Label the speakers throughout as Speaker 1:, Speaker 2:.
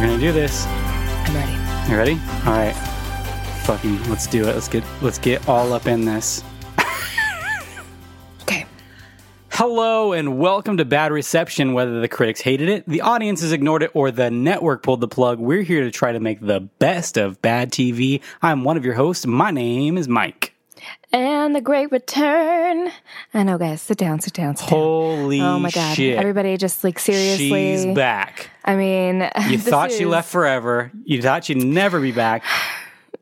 Speaker 1: to do this.
Speaker 2: I'm ready.
Speaker 1: You ready? All right. Fucking let's do it. Let's get let's get all up in this.
Speaker 2: Okay.
Speaker 1: Hello and welcome to Bad Reception. Whether the critics hated it, the audiences ignored it, or the network pulled the plug, we're here to try to make the best of bad TV. I'm one of your hosts. My name is Mike.
Speaker 2: And the great return. I know, guys. Sit down. Sit down. Sit down.
Speaker 1: Holy
Speaker 2: oh my god!
Speaker 1: shit!
Speaker 2: Everybody, just like seriously.
Speaker 1: She's back.
Speaker 2: I mean,
Speaker 1: You
Speaker 2: this
Speaker 1: thought she
Speaker 2: is-
Speaker 1: left forever. You thought she'd never be back.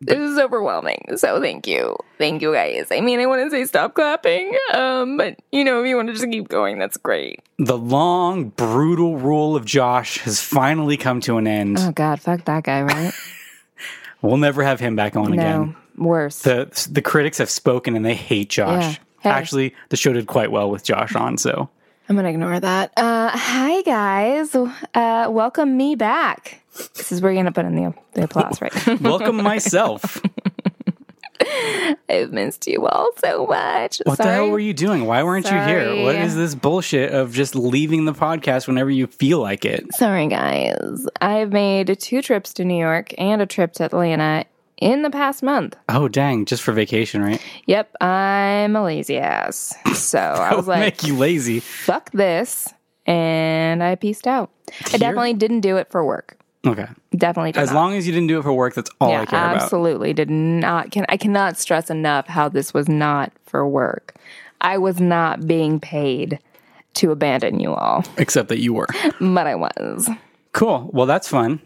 Speaker 2: This is overwhelming. So thank you, thank you, guys. I mean, I want to say stop clapping, um, but you know, if you want to just keep going, that's great.
Speaker 1: The long, brutal rule of Josh has finally come to an end.
Speaker 2: Oh god, fuck that guy, right?
Speaker 1: We'll never have him back
Speaker 2: no,
Speaker 1: on again.
Speaker 2: worse.
Speaker 1: The the critics have spoken and they hate Josh.
Speaker 2: Yeah. Hey.
Speaker 1: Actually, the show did quite well with Josh on, so
Speaker 2: I'm gonna ignore that. Uh, hi guys, uh, welcome me back. This is where you're gonna put in the, the applause, right?
Speaker 1: welcome myself.
Speaker 2: I've missed you all so much.
Speaker 1: What
Speaker 2: Sorry.
Speaker 1: the hell were you doing? Why weren't you
Speaker 2: Sorry.
Speaker 1: here? What is this bullshit of just leaving the podcast whenever you feel like it?
Speaker 2: Sorry, guys. I've made two trips to New York and a trip to Atlanta in the past month.
Speaker 1: Oh dang, just for vacation, right?
Speaker 2: Yep, I'm a lazy ass. So I was like,
Speaker 1: Make you lazy.
Speaker 2: fuck this. And I peaced out. I definitely didn't do it for work.
Speaker 1: Okay.
Speaker 2: Definitely did
Speaker 1: As
Speaker 2: not.
Speaker 1: long as you didn't do it for work, that's all I
Speaker 2: yeah,
Speaker 1: care about.
Speaker 2: absolutely did not. Can I cannot stress enough how this was not for work. I was not being paid to abandon you all,
Speaker 1: Except that you were.
Speaker 2: but I was.
Speaker 1: Cool. Well, that's fun.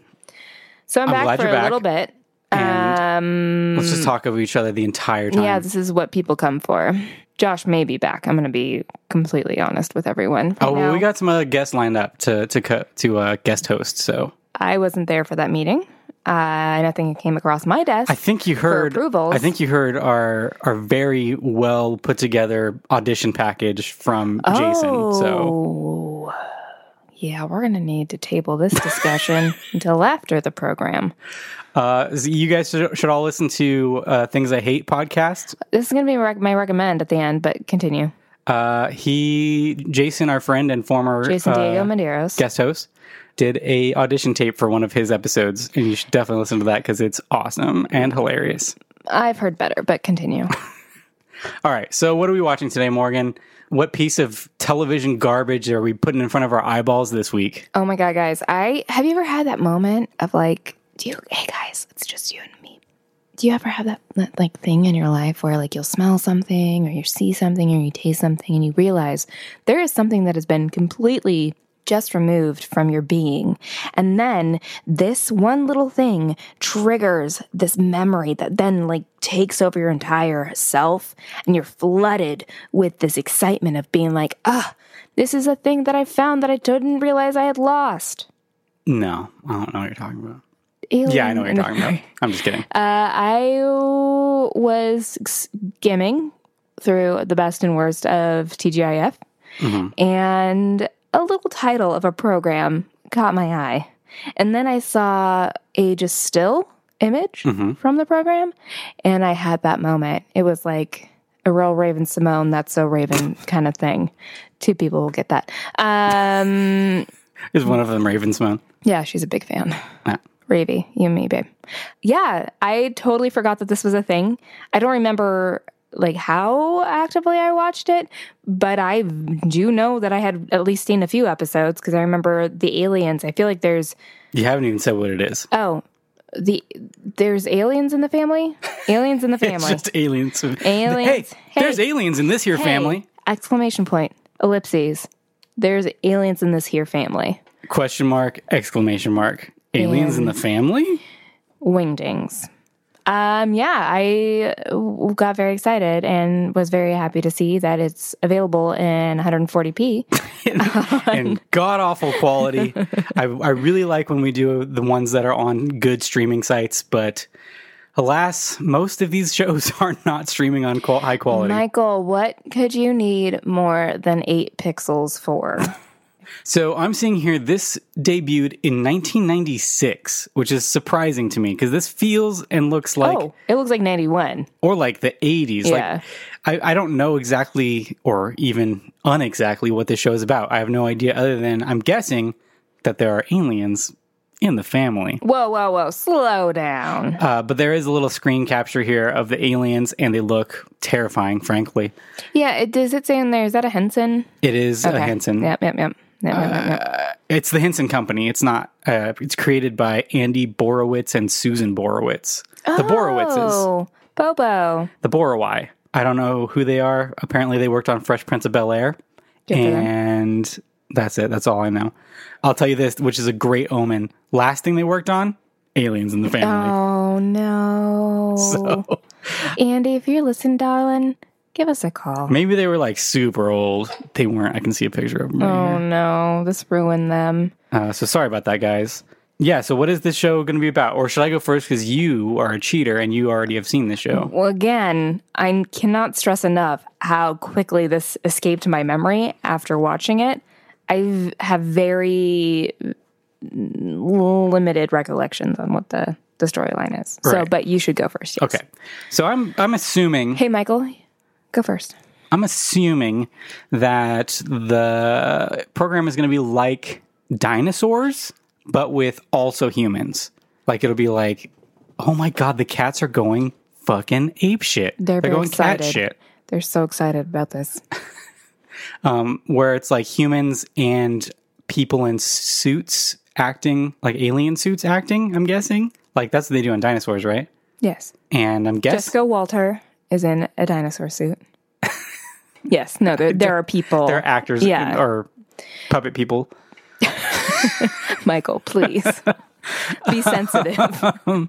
Speaker 2: So I'm,
Speaker 1: glad
Speaker 2: back for
Speaker 1: you're
Speaker 2: a
Speaker 1: back.
Speaker 2: little bit.
Speaker 1: And let's just talk over each other the entire time.
Speaker 2: Um, Yeah, this is what people come for. Josh may be back. I'm going to be completely honest with everyone.
Speaker 1: Oh, well,
Speaker 2: Now,
Speaker 1: we got some other guests lined up to to co- to uh, guest host. So
Speaker 2: I wasn't there for that meeting. Uh, nothing came across my desk.
Speaker 1: I think you heard.
Speaker 2: approvals.
Speaker 1: I think you heard our our very well put together audition package from Jason. So
Speaker 2: Oh. Yeah, we're going to need to table this discussion until after the program.
Speaker 1: uh, s- you guys should, should all listen to uh, Things I Hate podcast.
Speaker 2: This is going to be rec- my recommend at the end, but continue.
Speaker 1: Uh, he Jason, our friend and former
Speaker 2: Jason
Speaker 1: uh,
Speaker 2: Diego Medeiros.
Speaker 1: guest host. Did a audition tape for one of his episodes, and you should definitely listen to that because it's awesome and hilarious.
Speaker 2: I've heard better, but continue.
Speaker 1: All right. So, what are we watching today, Morgan? What piece of television garbage are we putting in front of our eyeballs this week?
Speaker 2: Oh my god, guys! I have you ever had that moment of like, do you? Hey guys, it's just you and me. Do you ever have that, that like thing in your life where like you'll smell something or you see something or you taste something and you realize there is something that has been completely just removed from your being, and then this one little thing triggers this memory that then like takes over your entire self, and you're flooded with this excitement of being like, ah. This is a thing that I found that I didn't realize I had lost.
Speaker 1: No, I don't know what you're talking about.
Speaker 2: Alien.
Speaker 1: Yeah, I know what you're
Speaker 2: Uh,
Speaker 1: talking about. I'm just kidding.
Speaker 2: I was skimming through the best and worst of TGIF, and a little title of a program caught my eye. And then I saw a just still image from the program, and I had that moment. It was like a real Raven Simone, that's so Raven kind of thing. Two people will get that. Um,
Speaker 1: Is one of them Ravensmoan?
Speaker 2: Yeah, she's a big fan.
Speaker 1: Yeah.
Speaker 2: Ravy, you and me, babe. Yeah, I totally forgot that this was a thing. I don't remember like how actively I watched it, but I do know that I had at least seen a few episodes because I remember the aliens. I feel like there's
Speaker 1: You haven't even said what it is.
Speaker 2: oh the there's aliens in the family. Aliens in the
Speaker 1: It's
Speaker 2: family.
Speaker 1: just aliens. Hey,
Speaker 2: Aliens. Hey.
Speaker 1: there's aliens in this here
Speaker 2: Hey,
Speaker 1: family.
Speaker 2: Exclamation point. Ellipses. There's aliens in this here family.
Speaker 1: Question mark, exclamation mark. Aliens in the family?
Speaker 2: wingdings. Um, yeah, I w- got very excited and was very happy to see that it's available in 140p.
Speaker 1: and god awful quality. I, I really like when we do the ones that are on good streaming sites, but alas, most of these shows are not streaming on qual- high quality.
Speaker 2: Michael, what could you need more than eight pixels for?
Speaker 1: so I'm seeing here this debuted in 1996, which is surprising to me because this feels and looks like
Speaker 2: oh, it looks like 91.
Speaker 1: or like the 80s.
Speaker 2: Yeah.
Speaker 1: Like, I, I don't know exactly or even unexactly what this show is about. I have no idea other than I'm guessing that there are aliens in the family.
Speaker 2: Whoa, whoa, whoa. Slow down.
Speaker 1: Uh, but there is a little screen capture here of the aliens, and they look terrifying, frankly.
Speaker 2: Yeah, it, does it say in there? Is that a Henson?
Speaker 1: It is a
Speaker 2: Okay.
Speaker 1: Henson.
Speaker 2: Yep, yep, yep. Yep, yep, yep, yep.
Speaker 1: It's the Henson Company. It's not. Uh, it's created by Andy Borowitz and Susan Borowitz. Uh, The Borowitzes.
Speaker 2: Oh, Bobo.
Speaker 1: The Borowai. I don't know who they are. Apparently, they worked on Fresh Prince of Bel Air.
Speaker 2: Good for them.
Speaker 1: And that's it. That's all I know. I'll tell you this, which is a great omen. Last thing they worked on Aliens in the Family.
Speaker 2: Oh, no.
Speaker 1: So
Speaker 2: Andy, if you're listening, darling, give us a call.
Speaker 1: maybe they were like super old. They weren't. I can see a picture of them. right
Speaker 2: Oh, no. This ruined them.
Speaker 1: Uh, so sorry about that, guys. Yeah. So what is this show going to be about? Or should I go first because you are a cheater and you already have seen this show?
Speaker 2: Well, again, I cannot stress enough how quickly this escaped my memory after watching it. I have very limited recollections on what the, the storyline is. So,
Speaker 1: Right.
Speaker 2: but you should go first. yes.
Speaker 1: Okay. So I'm I'm assuming
Speaker 2: Hey, Michael, go first.
Speaker 1: I'm assuming that the program is going to be like dinosaurs, but with also humans. Like it'll be like, oh my god, the cats are going fucking ape shit.
Speaker 2: They're very
Speaker 1: going
Speaker 2: excited.
Speaker 1: cat shit.
Speaker 2: They're so excited about this.
Speaker 1: where it's like humans and people in suits acting like alien suits acting i'm guessing like that's what they do on dinosaurs right
Speaker 2: Yes.
Speaker 1: and i'm guessing
Speaker 2: Jessica Walter is in a dinosaur suit. yes. No, there, there are people.
Speaker 1: they're actors
Speaker 2: Yeah.
Speaker 1: or puppet people
Speaker 2: Michael, please be sensitive.
Speaker 1: uh,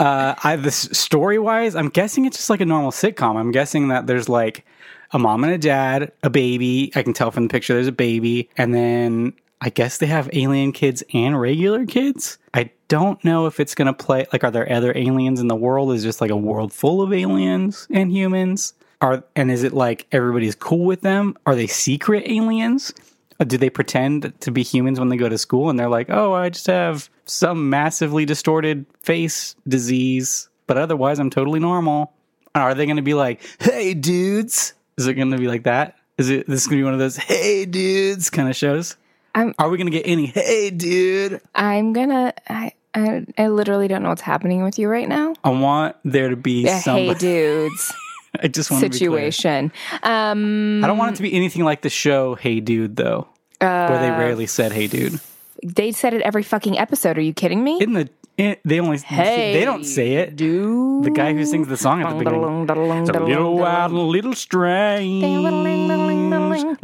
Speaker 1: I, this story wise i'm guessing it's just like a normal sitcom i'm guessing that there's like a mom and a dad a baby i can tell from the picture there's a baby and then i guess they have alien kids and regular kids i don't know if it's going to play like are there other aliens in the world is just like a world full of aliens and humans are and is it like everybody's cool with them are they secret aliens Uh, do they pretend to be humans when they go to school and they're like oh i just have some massively distorted face disease but otherwise i'm totally normal are they going to be like hey dudes is it going to be like that is it this is going to be one of those hey dudes kind of shows
Speaker 2: I'm-
Speaker 1: are we going to get any hey dude
Speaker 2: I'm gonna. I, I I literally don't know what's happening with you right now.
Speaker 1: i want there to be
Speaker 2: The
Speaker 1: some
Speaker 2: hey dudes
Speaker 1: i just want to be clear.
Speaker 2: situation. Um,
Speaker 1: I don't want it to be anything like the show Hey Dude, though, where
Speaker 2: Uh,
Speaker 1: they rarely said Hey Dude.
Speaker 2: they said it every fucking episode. Are you kidding me?
Speaker 1: In the in, they only
Speaker 2: hey,
Speaker 1: they don't say it.
Speaker 2: Dude,
Speaker 1: The guy who sings the song at the beginning. It's a little wild, and a little strange,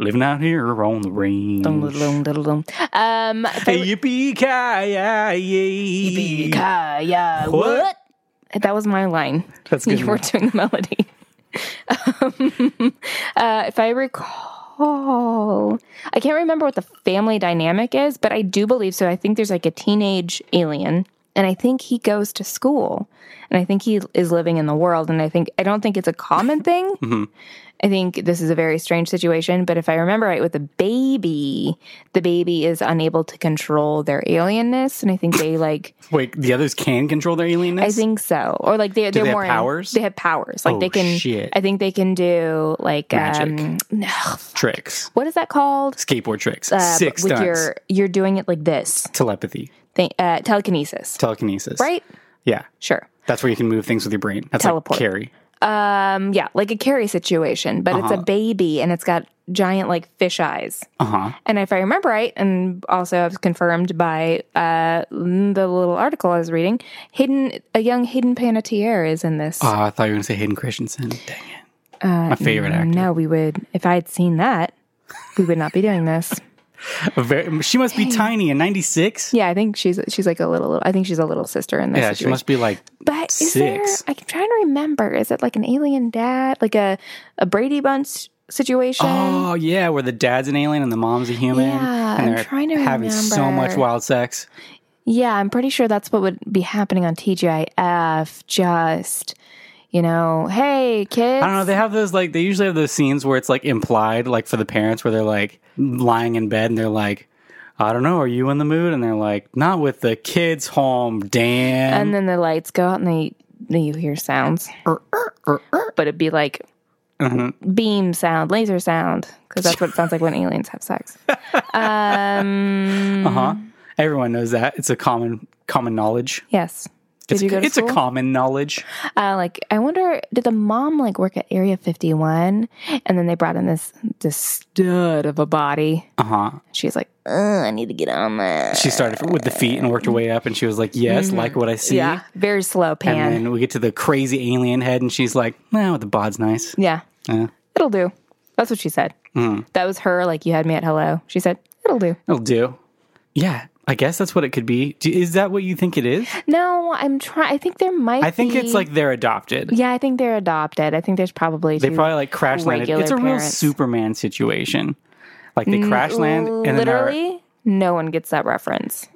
Speaker 1: living out here on the range.
Speaker 2: Um,
Speaker 1: Hey, yippee ki
Speaker 2: Kaya,
Speaker 1: What?
Speaker 2: what? That was my line.
Speaker 1: That's good
Speaker 2: You were
Speaker 1: enough.
Speaker 2: doing the melody. um, uh, if I recall, I can't remember what the family dynamic is, but I do believe so. I think there's like a teenage alien, and I think he goes to school, and I think he is living in the world, and I think I don't think it's a common thing.
Speaker 1: Mm-hmm.
Speaker 2: I think this is a very strange situation, but if I remember right, with the baby, the baby is unable to control their alienness, and I think they like
Speaker 1: Wait, the others can control their alienness.
Speaker 2: I think so. Or like they, they're
Speaker 1: they have
Speaker 2: more
Speaker 1: powers?
Speaker 2: They have powers. Like
Speaker 1: Oh,
Speaker 2: they can.
Speaker 1: shit.
Speaker 2: I think they can do like
Speaker 1: Magic.
Speaker 2: um. No,
Speaker 1: tricks,
Speaker 2: what is that called?
Speaker 1: skateboard tricks,
Speaker 2: Uh,
Speaker 1: six
Speaker 2: with
Speaker 1: stunts,
Speaker 2: your you're doing it like this.
Speaker 1: telepathy,
Speaker 2: Thing, uh, telekinesis,
Speaker 1: telekinesis.
Speaker 2: right?
Speaker 1: Yeah,
Speaker 2: Sure.
Speaker 1: that's where you can move things with your brain. That's
Speaker 2: Teleport.
Speaker 1: like Carrie.
Speaker 2: Um. Yeah, like a carry situation, but
Speaker 1: Uh-huh.
Speaker 2: it's a baby and it's got giant like fish eyes.
Speaker 1: Uh huh.
Speaker 2: And if I remember right, and also it was confirmed by uh, the little article I was reading, Hayden, a young Hayden Panettiere is in this.
Speaker 1: Oh, I thought you were going to say Hayden Christensen. Dang it. My favorite actor.
Speaker 2: Uh, mm, No, we would. If I had seen that, we would not be doing this.
Speaker 1: A very- she must be tiny in 96.
Speaker 2: Yeah, I think she's she's like a little. I think she's a little sister in this.
Speaker 1: Yeah, she
Speaker 2: situation.
Speaker 1: must be like,
Speaker 2: But is
Speaker 1: six.
Speaker 2: there? I'm trying to remember. Is it like an alien dad, like a a Brady Bunch situation?
Speaker 1: oh, yeah, where the dad's an alien and the mom's a human.
Speaker 2: Yeah,
Speaker 1: and
Speaker 2: I'm
Speaker 1: they're
Speaker 2: trying to
Speaker 1: having so much
Speaker 2: remember.
Speaker 1: wild sex.
Speaker 2: Yeah, I'm pretty sure that's what would be happening on TGIF. Just you know, hey kids.
Speaker 1: I don't know. They have those, like, they usually have those scenes where it's like implied, like for the parents, where they're like lying in bed and they're like, I don't know, are you in the mood? And they're like, not with the kids home,
Speaker 2: and
Speaker 1: Dan.
Speaker 2: then the lights go out and they then you hear sounds,
Speaker 1: Er,
Speaker 2: but it'd be like
Speaker 1: Mhm.
Speaker 2: beam sound, laser sound, because that's what it sounds like when aliens have sex. Um,
Speaker 1: Uh huh. Everyone knows that. It's a common common knowledge.
Speaker 2: Yes. Did
Speaker 1: it's
Speaker 2: you go to
Speaker 1: it's
Speaker 2: school?
Speaker 1: a common knowledge.
Speaker 2: uh, like I wonder, did the mom like work at Area 51, and then they brought in this this stud of a body?
Speaker 1: Uh huh.
Speaker 2: She's like, Ugh, I need to get on that.
Speaker 1: She started with the feet and worked her way up, and she was like, "Yes, like what I see."
Speaker 2: yeah, very slow pan.
Speaker 1: And then we get to the crazy alien head, and she's like, "No, the bod's nice."
Speaker 2: yeah,
Speaker 1: Yeah. Mm.
Speaker 2: it'll do. That's what she said. That was her. Like you had me at hello. She said it'll do.
Speaker 1: It'll do. Yeah, I guess that's what it could be. Do- Is that what you think it is?
Speaker 2: No, I'm trying. I think there might.
Speaker 1: I think
Speaker 2: be-
Speaker 1: it's like they're adopted.
Speaker 2: Yeah, I think they're adopted. I think there's probably
Speaker 1: They probably like crash landed.
Speaker 2: Regular
Speaker 1: It's a real
Speaker 2: parents.
Speaker 1: Superman situation. Like they crash land and then there are-
Speaker 2: literally no one gets that reference.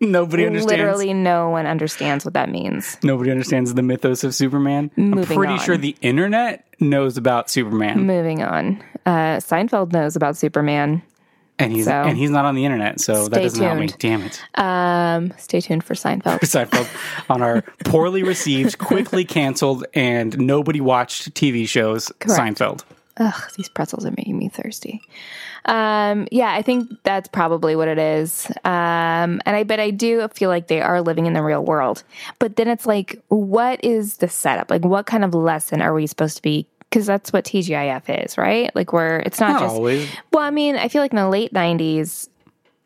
Speaker 1: nobody understands.
Speaker 2: Literally, no one understands what that means.
Speaker 1: Nobody understands the mythos of Superman. I'm
Speaker 2: Moving
Speaker 1: pretty
Speaker 2: on.
Speaker 1: sure the internet knows about Superman,
Speaker 2: Moving on, uh, Seinfeld knows about Superman.
Speaker 1: and he's
Speaker 2: so-
Speaker 1: and he's not on the internet, so that
Speaker 2: Stay
Speaker 1: doesn't help me.
Speaker 2: tuned.
Speaker 1: Damn it!
Speaker 2: Um, stay tuned for Seinfeld.
Speaker 1: Seinfeld on our poorly received, quickly canceled, and nobody watched TV shows. Seinfeld.
Speaker 2: Ugh, these pretzels are making me thirsty. Um, yeah, I think that's probably what it is. Um, and I but I do feel like they are living in the real world. But then it's like, what is the setup? Like, what kind of lesson are we supposed to be? Because that's what TGIF is, right? Like, we're it's not
Speaker 1: Not
Speaker 2: just.
Speaker 1: always.
Speaker 2: Well, I mean, I feel like in the late '90s,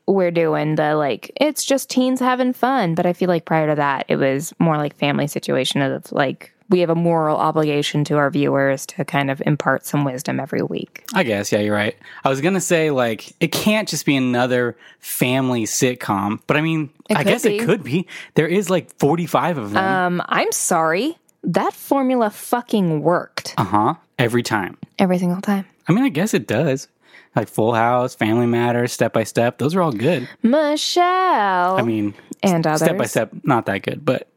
Speaker 2: we're doing the like it's just teens having fun. But I feel like prior to that, it was more like family situation of like we have a moral obligation to our viewers to kind of impart some wisdom every week.
Speaker 1: I guess, yeah, you're right. I was gonna say like it can't just be another family sitcom, but I mean, I
Speaker 2: could
Speaker 1: guess
Speaker 2: be.
Speaker 1: it could be. There is like 45 of them.
Speaker 2: Um, I'm sorry, that formula fucking worked
Speaker 1: Uh huh. Every time.
Speaker 2: every single time.
Speaker 1: I mean, I guess it does. Like Full House, Family Matters, Step by Step. Those are all good.
Speaker 2: Michelle
Speaker 1: I mean,
Speaker 2: and Oh, others.
Speaker 1: Step by Step, not that good, but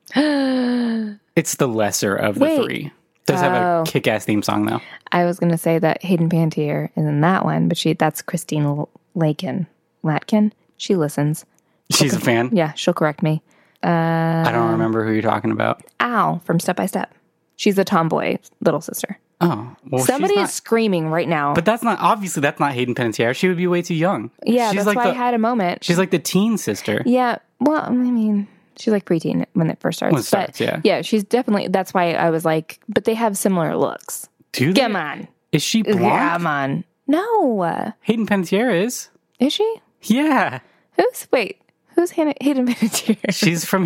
Speaker 1: it's the lesser of the
Speaker 2: Wait. Oh.
Speaker 1: three. Does have a kick ass theme song though.
Speaker 2: I was gonna say that Hayden Pantier is in that one, but she that's Christine L- Lakin. Latkin. She listens.
Speaker 1: She's a fan.
Speaker 2: Yeah, she'll correct me.
Speaker 1: I
Speaker 2: Uh,
Speaker 1: don't remember who you're talking about.
Speaker 2: Al from Step by Step. She's the tomboy little sister.
Speaker 1: Oh, well,
Speaker 2: Somebody
Speaker 1: she's not-
Speaker 2: is screaming right now.
Speaker 1: But that's not obviously that's not Hayden Panettiere. She would be way too young.
Speaker 2: yeah, that's
Speaker 1: like
Speaker 2: why
Speaker 1: the,
Speaker 2: I had a moment.
Speaker 1: She's like the teen sister.
Speaker 2: yeah, well, I mean, she's like preteen when it first starts.
Speaker 1: When it starts,
Speaker 2: but
Speaker 1: yeah.
Speaker 2: she's definitely. That's why I was like, but they have similar looks.
Speaker 1: Do they-
Speaker 2: Come on,
Speaker 1: Is she blonde?
Speaker 2: come on. No, uh,
Speaker 1: Hayden Panettiere is.
Speaker 2: is she?
Speaker 1: Yeah,
Speaker 2: Who's wait? Who's Hannah, Hayden Panettiere?
Speaker 1: she's from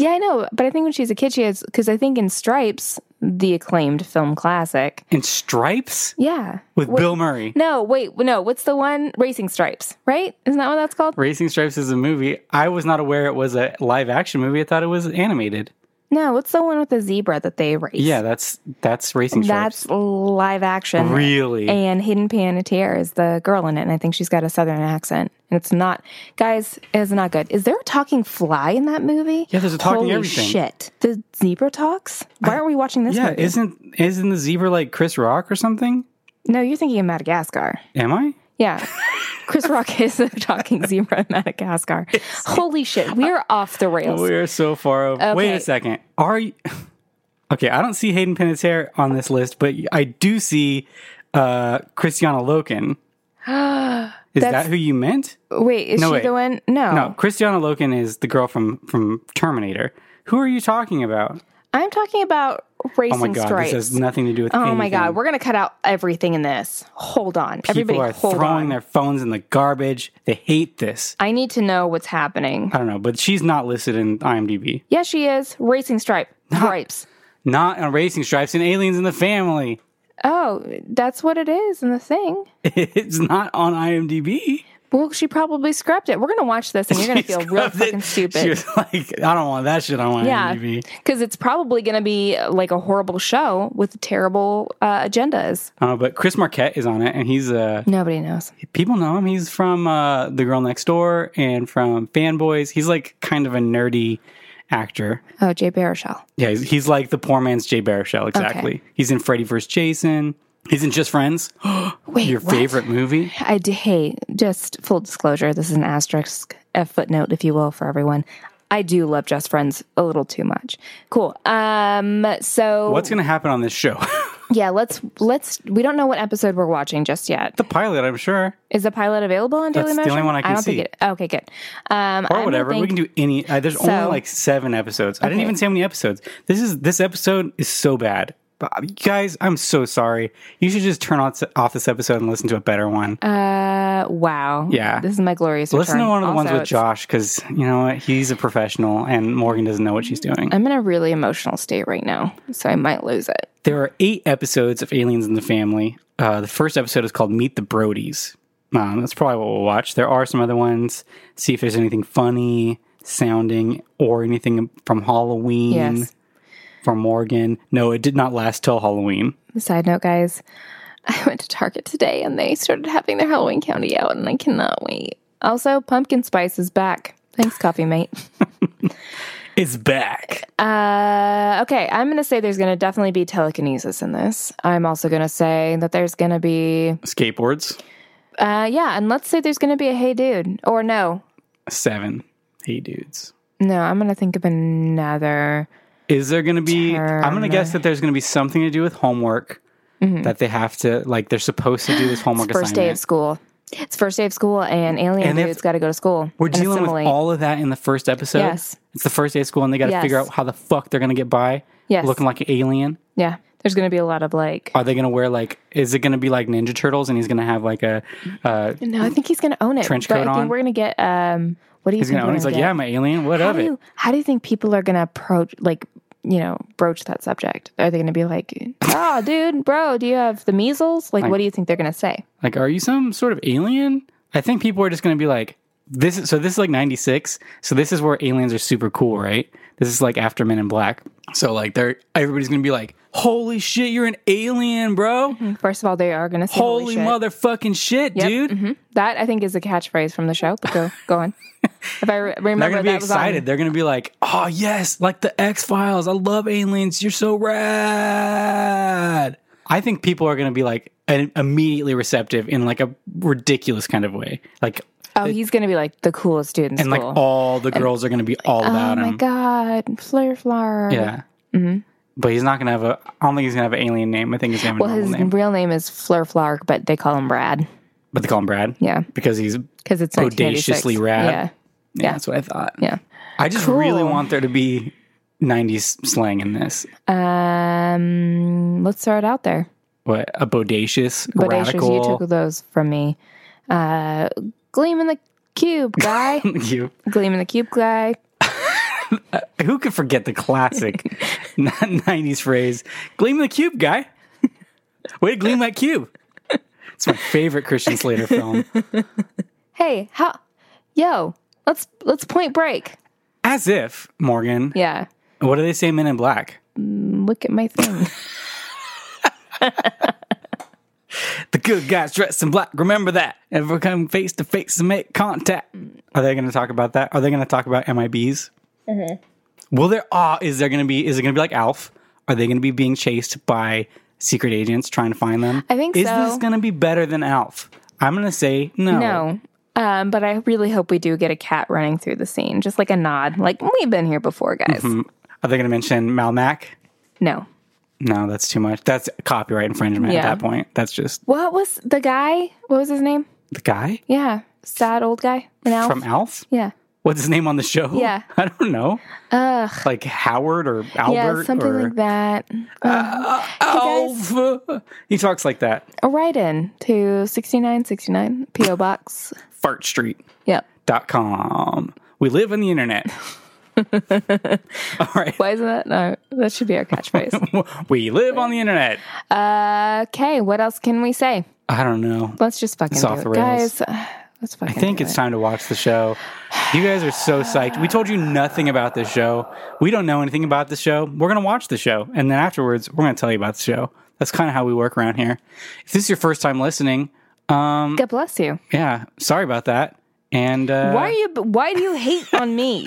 Speaker 2: yeah, I know, but I think when she's a kid, she has because I think in Stripes, the acclaimed film classic.
Speaker 1: And Stripes
Speaker 2: Yeah.
Speaker 1: with
Speaker 2: Wait,
Speaker 1: Bill Murray.
Speaker 2: No, wait, no. What's the one? Racing Stripes, right? Isn't that what that's called?
Speaker 1: Racing Stripes is a movie. I was not aware it was a live action movie. I thought it was animated.
Speaker 2: No, what's the one with the zebra that they race?
Speaker 1: Yeah, that's that's Racing Stripes.
Speaker 2: that's live action.
Speaker 1: really
Speaker 2: And Hidden Panettiere is the girl in it, and I think she's got a southern accent. And it's not, guys, it's not good. Is there a talking fly in that movie?
Speaker 1: Yeah, there's a talking
Speaker 2: Holy
Speaker 1: everything.
Speaker 2: Shit, the zebra talks. Why aren't we watching this?
Speaker 1: yeah.
Speaker 2: movie?
Speaker 1: Isn't isn't the zebra like Chris Rock or something?
Speaker 2: no, you're thinking of Madagascar.
Speaker 1: Am I?
Speaker 2: Yeah. Chris Rock is the talking zebra in Madagascar. Holy shit, we are off the rails.
Speaker 1: We are so far over. Wait
Speaker 2: Okay.
Speaker 1: a second. Are you? Okay, I don't see Hayden Panettiere on this list, but I do see uh Christiana Loken. Is that
Speaker 2: That's- Oh.
Speaker 1: who you meant?
Speaker 2: Wait, is
Speaker 1: No,
Speaker 2: she
Speaker 1: wait.
Speaker 2: the one? No.
Speaker 1: No, Christiana Loken is the girl from from Terminator. Who are you talking about?
Speaker 2: I'm talking about racing
Speaker 1: Oh my god,
Speaker 2: stripes.
Speaker 1: this has nothing to do with.
Speaker 2: oh my
Speaker 1: anything.
Speaker 2: god, we're gonna cut out everything in this. Hold on,
Speaker 1: People
Speaker 2: everybody,
Speaker 1: are
Speaker 2: hold
Speaker 1: throwing
Speaker 2: on.
Speaker 1: their phones in the garbage. They hate this.
Speaker 2: I need to know what's happening.
Speaker 1: I don't know, but she's not listed in IMDb.
Speaker 2: Yes, she is racing stripe stripes.
Speaker 1: Not on Racing Stripes and Aliens in the Family.
Speaker 2: Oh, that's what it is in the thing.
Speaker 1: It's not on IMDb.
Speaker 2: Well, she probably scrapped it. We're gonna watch this, and you're gonna feel real
Speaker 1: Scrubbed it.
Speaker 2: fucking
Speaker 1: She
Speaker 2: stupid.
Speaker 1: was like, I don't want that shit on my
Speaker 2: Yeah,
Speaker 1: IMDb.
Speaker 2: because it's probably gonna be uh, like a horrible show with terrible uh, agendas.
Speaker 1: Uh, but Chris Marquette is on it, and he's uh,
Speaker 2: Nobody knows.
Speaker 1: people know him. He's from uh, The Girl Next Door and from Fanboys. He's like kind of a nerdy actor.
Speaker 2: Oh, Jay Baruchel.
Speaker 1: Yeah, he's, he's like the poor man's Jay Baruchel. Exactly. He's in Freddy vs. Jason. He's in Just Friends.
Speaker 2: Wait,
Speaker 1: Your
Speaker 2: what?
Speaker 1: favorite movie?
Speaker 2: I d- hey, just full disclosure, this is an asterisk, a footnote, if you will, for everyone. I do love Just Friends a little too much. Cool. Um, so
Speaker 1: What's going to happen on this show?
Speaker 2: Yeah, let's let's. We don't know what episode we're watching just yet.
Speaker 1: The pilot, I'm sure,
Speaker 2: Is the pilot available on Daily
Speaker 1: That's the
Speaker 2: Motion?
Speaker 1: only one I can
Speaker 2: don't
Speaker 1: see.
Speaker 2: think it. oh, Okay, good. Um,
Speaker 1: or whatever. we can do any. Uh, there's only
Speaker 2: So-
Speaker 1: like seven episodes. I didn't
Speaker 2: Okay.
Speaker 1: even say how many episodes. This is this episode is so bad. But, uh, you guys, I'm so sorry. You should just turn off, off this episode and listen to a better one.
Speaker 2: Uh, wow.
Speaker 1: Yeah.
Speaker 2: this is my glorious.
Speaker 1: listen
Speaker 2: return.
Speaker 1: to one of the ones
Speaker 2: Also,
Speaker 1: with
Speaker 2: it's-
Speaker 1: Josh because you know what? He's a professional, and Morgan doesn't know what she's doing.
Speaker 2: I'm in a really emotional state right now, so I might lose it.
Speaker 1: There are eight episodes of Aliens in the Family. Uh, the first episode is called Meet the Brodies. Um, that's probably what we'll watch. There are some other ones. See if there's anything funny sounding or anything from Halloween
Speaker 2: Yes.
Speaker 1: from Morgan. No, it did not last till Halloween.
Speaker 2: Side note, guys, I went to Target today and they started having their Halloween county out, and I cannot wait. Also, pumpkin spice is back. Thanks, coffee mate.
Speaker 1: It's back.
Speaker 2: Uh, okay, I'm gonna say there's gonna definitely be telekinesis in this. I'm also gonna say that there's gonna be,
Speaker 1: Skateboards.
Speaker 2: uh, yeah, and let's say there's gonna be a hey dude or no,
Speaker 1: Seven. Hey, dudes.
Speaker 2: no. I'm gonna think of another.
Speaker 1: Is there going to be? I'm going to
Speaker 2: Turn. Mm-hmm.
Speaker 1: guess that there's going to be something to do with homework that they have to like. They're supposed to do this homework
Speaker 2: First day
Speaker 1: assignment.
Speaker 2: of school. It's first day of school, and alien
Speaker 1: And they have
Speaker 2: dude's got to go to school.
Speaker 1: We're
Speaker 2: and
Speaker 1: dealing
Speaker 2: assimilate.
Speaker 1: with all of that in the first episode.
Speaker 2: Yes.
Speaker 1: It's the first day of school and they got to
Speaker 2: Yes.
Speaker 1: figure out how the fuck they're going to get by
Speaker 2: Yes.
Speaker 1: looking like an alien.
Speaker 2: Yeah, there's going to be a lot of like.
Speaker 1: Are they going to wear like, is it going to be like Ninja Turtles and he's going to have like a, uh,
Speaker 2: No, I think he's going to own it.
Speaker 1: Trench
Speaker 2: but
Speaker 1: coat
Speaker 2: I think
Speaker 1: on?
Speaker 2: we're going to get. Um, what do you
Speaker 1: he's
Speaker 2: think?
Speaker 1: going to own
Speaker 2: we're
Speaker 1: it? He's
Speaker 2: gonna
Speaker 1: like,
Speaker 2: get?
Speaker 1: yeah, I'm an alien. What
Speaker 2: How
Speaker 1: of
Speaker 2: do
Speaker 1: it?
Speaker 2: you how do you think people are going to approach like you know broach that subject? Are they going to be like, oh, dude, bro, do you have the measles? Like, what do you think they're going to say?
Speaker 1: Like, are you some sort of alien? I think people are just going to be like, this is, so this is like 96. So this is where aliens are super cool, right? This is like after Men in Black. So like they're, everybody's going to be like, holy shit, you're an alien, bro.
Speaker 2: First of all, they are going to say, "Holy,
Speaker 1: Holy,
Speaker 2: shit."
Speaker 1: motherfucking shit, dude.
Speaker 2: Mhm. That I think is a catchphrase from the show. But go go on. If I re- remember,
Speaker 1: They're gonna be
Speaker 2: that was on-
Speaker 1: excited. They're gonna be like, "Oh yes, like the X Files. I love aliens. You're so rad." I think people are gonna be like an, immediately receptive in like a ridiculous kind of way, like
Speaker 2: oh, he's going to be like the coolest dude in
Speaker 1: and
Speaker 2: school.
Speaker 1: like all the girls are gonna be all
Speaker 2: Oh
Speaker 1: about
Speaker 2: my
Speaker 1: him.
Speaker 2: god, Mm-hmm. Fleur Flower.
Speaker 1: Yeah. But he's not gonna have a. I don't think he's gonna have an alien name. I think he's gonna have a
Speaker 2: Well,
Speaker 1: normal
Speaker 2: his
Speaker 1: name.
Speaker 2: real name is Fleur Flower, but they call him Brad.
Speaker 1: But they call him Brad.
Speaker 2: Yeah,
Speaker 1: Because he's
Speaker 2: because it's
Speaker 1: Bodaciously
Speaker 2: 1986.
Speaker 1: rad. yeah.
Speaker 2: Yeah.
Speaker 1: That's what I thought.
Speaker 2: Yeah,
Speaker 1: I just really
Speaker 2: Cool.
Speaker 1: want there to be '90s slang in this.
Speaker 2: yeah. Um, let's throw it out there.
Speaker 1: What a bodacious,
Speaker 2: Bodacious,
Speaker 1: radical.
Speaker 2: you took those from me. Uh, Gleam in the cube guy.
Speaker 1: you.
Speaker 2: Gleam in the cube guy.
Speaker 1: Who could forget the classic 90s phrase, gleam the cube, guy? Way to gleam that cube. It's my favorite Christian Slater film.
Speaker 2: Hey, how? Yo, let's let's Point Break.
Speaker 1: As if, Morgan,
Speaker 2: Yeah,
Speaker 1: what do they say, men in black?
Speaker 2: look at my thing.
Speaker 1: The good guys dressed in black. Remember that. Ever come face to face and make contact.
Speaker 2: Mm.
Speaker 1: Are they going to talk about that? Are they going to talk about MIBs?
Speaker 2: Mm-hmm.
Speaker 1: Will there, ah, is there going to be, is it going to be like ALF? Are they going to be being chased by secret agents trying to find them?
Speaker 2: I think
Speaker 1: is
Speaker 2: so.
Speaker 1: this going to be better than ALF? I'm going to say
Speaker 2: No. Um, but I really hope we do get a cat running through the scene, just like a nod, like we've been here before, guys.
Speaker 1: Mm-hmm. Um, Are they going to mention Malmac?
Speaker 2: No,
Speaker 1: No, that's too much. That's copyright infringement at
Speaker 2: Yeah.
Speaker 1: that point. That's just
Speaker 2: what was the guy? What was his name?
Speaker 1: the guy
Speaker 2: Yeah, sad old guy. An elf.
Speaker 1: from Alf.
Speaker 2: yeah.
Speaker 1: What's his name on the show?
Speaker 2: Yeah.
Speaker 1: I don't know.
Speaker 2: Ugh.
Speaker 1: Like Howard or Albert
Speaker 2: yeah, something
Speaker 1: or Uh,
Speaker 2: like that. Um, guys.
Speaker 1: Alf. He talks like that.
Speaker 2: A write in to 6969 P.O. Box.
Speaker 1: Fartstreet.com.
Speaker 2: Yep.
Speaker 1: We live in the internet. All right.
Speaker 2: Why isn't that? No, that should be our catchphrase. Uh,
Speaker 1: We live on the internet.
Speaker 2: okay, what else can we say?
Speaker 1: I don't know.
Speaker 2: Let's just fucking
Speaker 1: off
Speaker 2: do
Speaker 1: the
Speaker 2: it.
Speaker 1: rails.
Speaker 2: Guys, uh, let's fucking
Speaker 1: I think
Speaker 2: do
Speaker 1: it's
Speaker 2: it.
Speaker 1: time to watch the show. You guys are so psyched. We told you nothing about this show. We don't know anything about the show. We're going to watch the show. And then afterwards, we're going to tell you about the show. That's kind of how we work around here. If this is your first time listening,
Speaker 2: God bless you.
Speaker 1: yeah, sorry about that. And uh,
Speaker 2: Why are you? Why do you hate on me?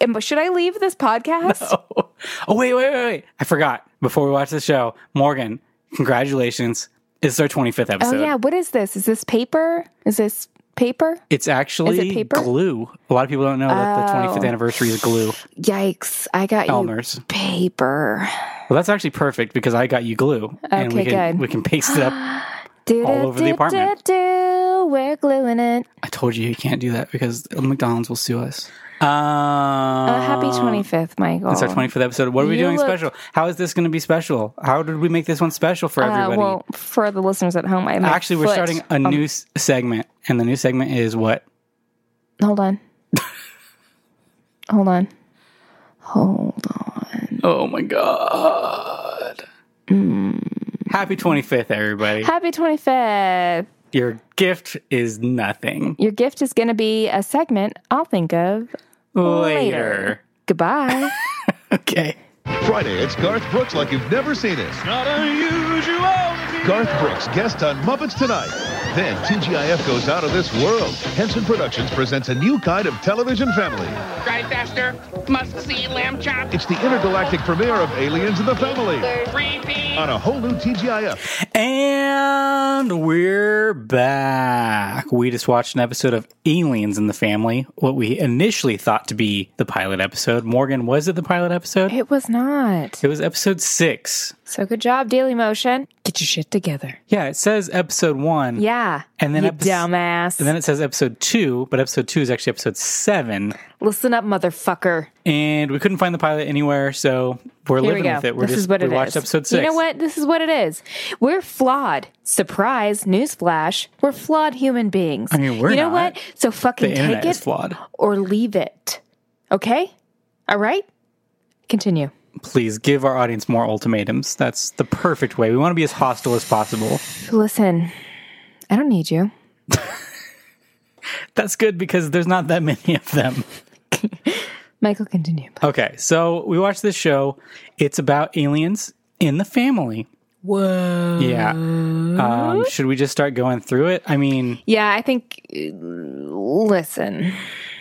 Speaker 2: Am- Should I leave this podcast?
Speaker 1: Oh, wait, wait, wait, wait. I forgot. Before we watch the show, Morgan, congratulations. It's our 25th
Speaker 2: oh
Speaker 1: episode.
Speaker 2: yeah. What is this? Is this paper? Is this paper?
Speaker 1: It's actually
Speaker 2: Is it paper?
Speaker 1: glue. A lot of people don't know that the
Speaker 2: Oh.
Speaker 1: 25th anniversary is glue.
Speaker 2: Yikes! I got
Speaker 1: Elmer's.
Speaker 2: you paper.
Speaker 1: Well, that's actually perfect because I got you glue, and we
Speaker 2: Okay,
Speaker 1: can
Speaker 2: good.
Speaker 1: we can paste it up.
Speaker 2: Do,
Speaker 1: All
Speaker 2: do,
Speaker 1: over the
Speaker 2: do,
Speaker 1: apartment.
Speaker 2: Do, do. We're gluing it.
Speaker 1: I told you you can't do that because McDonald's will sue us. Um, uh,
Speaker 2: A happy 25th, Michael.
Speaker 1: It's our 25th episode. What are we
Speaker 2: Oh. You
Speaker 1: doing
Speaker 2: look-
Speaker 1: special? How is this going to be special? How did we make this one special for
Speaker 2: Uh,
Speaker 1: everybody?
Speaker 2: well, for the listeners at home, I have my
Speaker 1: Actually, we're
Speaker 2: foot Um,
Speaker 1: starting a
Speaker 2: on-
Speaker 1: new s- segment, and the new segment is what?
Speaker 2: Hold on. Hold on. Hold on.
Speaker 1: Oh my god! Mm. Happy 25th, everybody.
Speaker 2: Happy 25th.
Speaker 1: Your gift is nothing.
Speaker 2: Your gift is going to be a segment I'll think of.
Speaker 1: Later.
Speaker 2: Goodbye.
Speaker 1: Okay.
Speaker 3: Friday, it's Garth Brooks like you've never seen it. Not unusual. Garth Brooks, guest on Muppets Tonight. Then TGIF goes out of this world. Henson Productions presents a new kind of television family.
Speaker 4: Drive faster. Must see lamb chop.
Speaker 3: It's the intergalactic premiere of Aliens in the Family
Speaker 4: Repeat.
Speaker 3: on a whole new TGIF.
Speaker 1: And we're back. We just watched an episode of Aliens in the Family, what we initially thought to be the pilot episode. Morgan, was it the pilot episode?
Speaker 2: it was not.
Speaker 1: It was episode six.
Speaker 2: So good job, Daily Motion. Get your shit together.
Speaker 1: Yeah, it says episode one.
Speaker 2: Yeah.
Speaker 1: And then
Speaker 2: you
Speaker 1: epis-
Speaker 2: dumbass.
Speaker 1: And then it says episode two, but episode two is actually episode seven.
Speaker 2: Listen up, motherfucker.
Speaker 1: And we couldn't find the pilot anywhere, so we're
Speaker 2: Here we
Speaker 1: living
Speaker 2: go.
Speaker 1: with it. We're
Speaker 2: this
Speaker 1: just
Speaker 2: is what it
Speaker 1: we
Speaker 2: is.
Speaker 1: watched episode six.
Speaker 2: You know what? This is what it is. We're flawed. Surprise! Newsflash: We're flawed human beings. I
Speaker 1: mean, we're
Speaker 2: You know
Speaker 1: not.
Speaker 2: what? So
Speaker 1: The
Speaker 2: fucking
Speaker 1: internet
Speaker 2: take
Speaker 1: is
Speaker 2: it
Speaker 1: flawed.
Speaker 2: or leave it. Okay. All right. Continue.
Speaker 1: Please give our audience more ultimatums. That's the perfect way. We want to be as hostile as possible.
Speaker 2: Listen, I don't need you.
Speaker 1: That's good because there's not that many of them.
Speaker 2: Michael, continue.
Speaker 1: Okay, so we watched this show. It's about aliens in the family.
Speaker 2: Whoa.
Speaker 1: Yeah. Um, should we just start going through it? I mean,
Speaker 2: Yeah, I think. uh, Listen,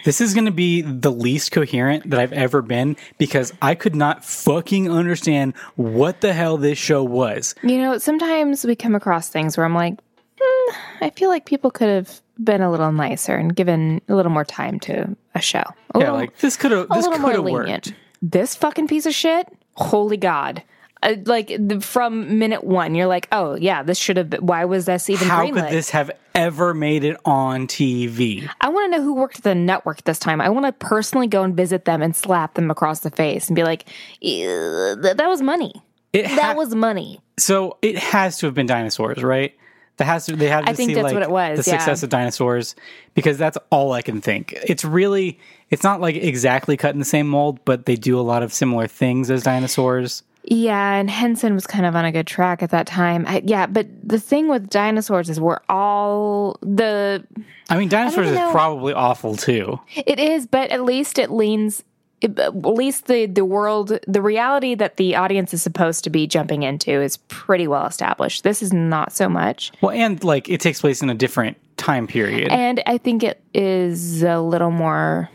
Speaker 1: This is going to be the least coherent that I've ever been because I could not fucking understand what the hell this show was.
Speaker 2: you know, sometimes we come across things where I'm like, "Hmm, I feel like people could have been a little nicer and given a little more time to a show. A
Speaker 1: Yeah,
Speaker 2: little,
Speaker 1: like this could have
Speaker 2: a
Speaker 1: this
Speaker 2: little
Speaker 1: could
Speaker 2: more
Speaker 1: have
Speaker 2: lenient.
Speaker 1: worked.
Speaker 2: This fucking piece of shit. Holy God. Uh, like the, from minute one, you're like, oh yeah, this should have. been Why was this even?
Speaker 1: How
Speaker 2: greenlit?
Speaker 1: could this have ever made it on TV?
Speaker 2: I want to know who worked the network this time. I want to personally go and visit them and slap them across the face and be like, "Ew, th- "That was money.
Speaker 1: It ha-
Speaker 2: That was money."
Speaker 1: so it has to have been dinosaurs, right? That has to they had to
Speaker 2: think
Speaker 1: see
Speaker 2: that's
Speaker 1: like
Speaker 2: what it was,
Speaker 1: the
Speaker 2: yeah.
Speaker 1: success of dinosaurs because that's all I can think. It's really it's not like exactly cut in the same mold, but they do a lot of similar things as dinosaurs.
Speaker 2: Yeah, and Henson was kind of on a good track at that time. I, yeah, but the thing with dinosaurs is we're all the
Speaker 1: I mean, dinosaurs is
Speaker 2: know.
Speaker 1: probably awful too.
Speaker 2: it is, but at least it leans. it- At least the the world, the reality that the audience is supposed to be jumping into is pretty well established. This is not so much.
Speaker 1: Well, and like it takes place in a different time period.
Speaker 2: And I think it is a little more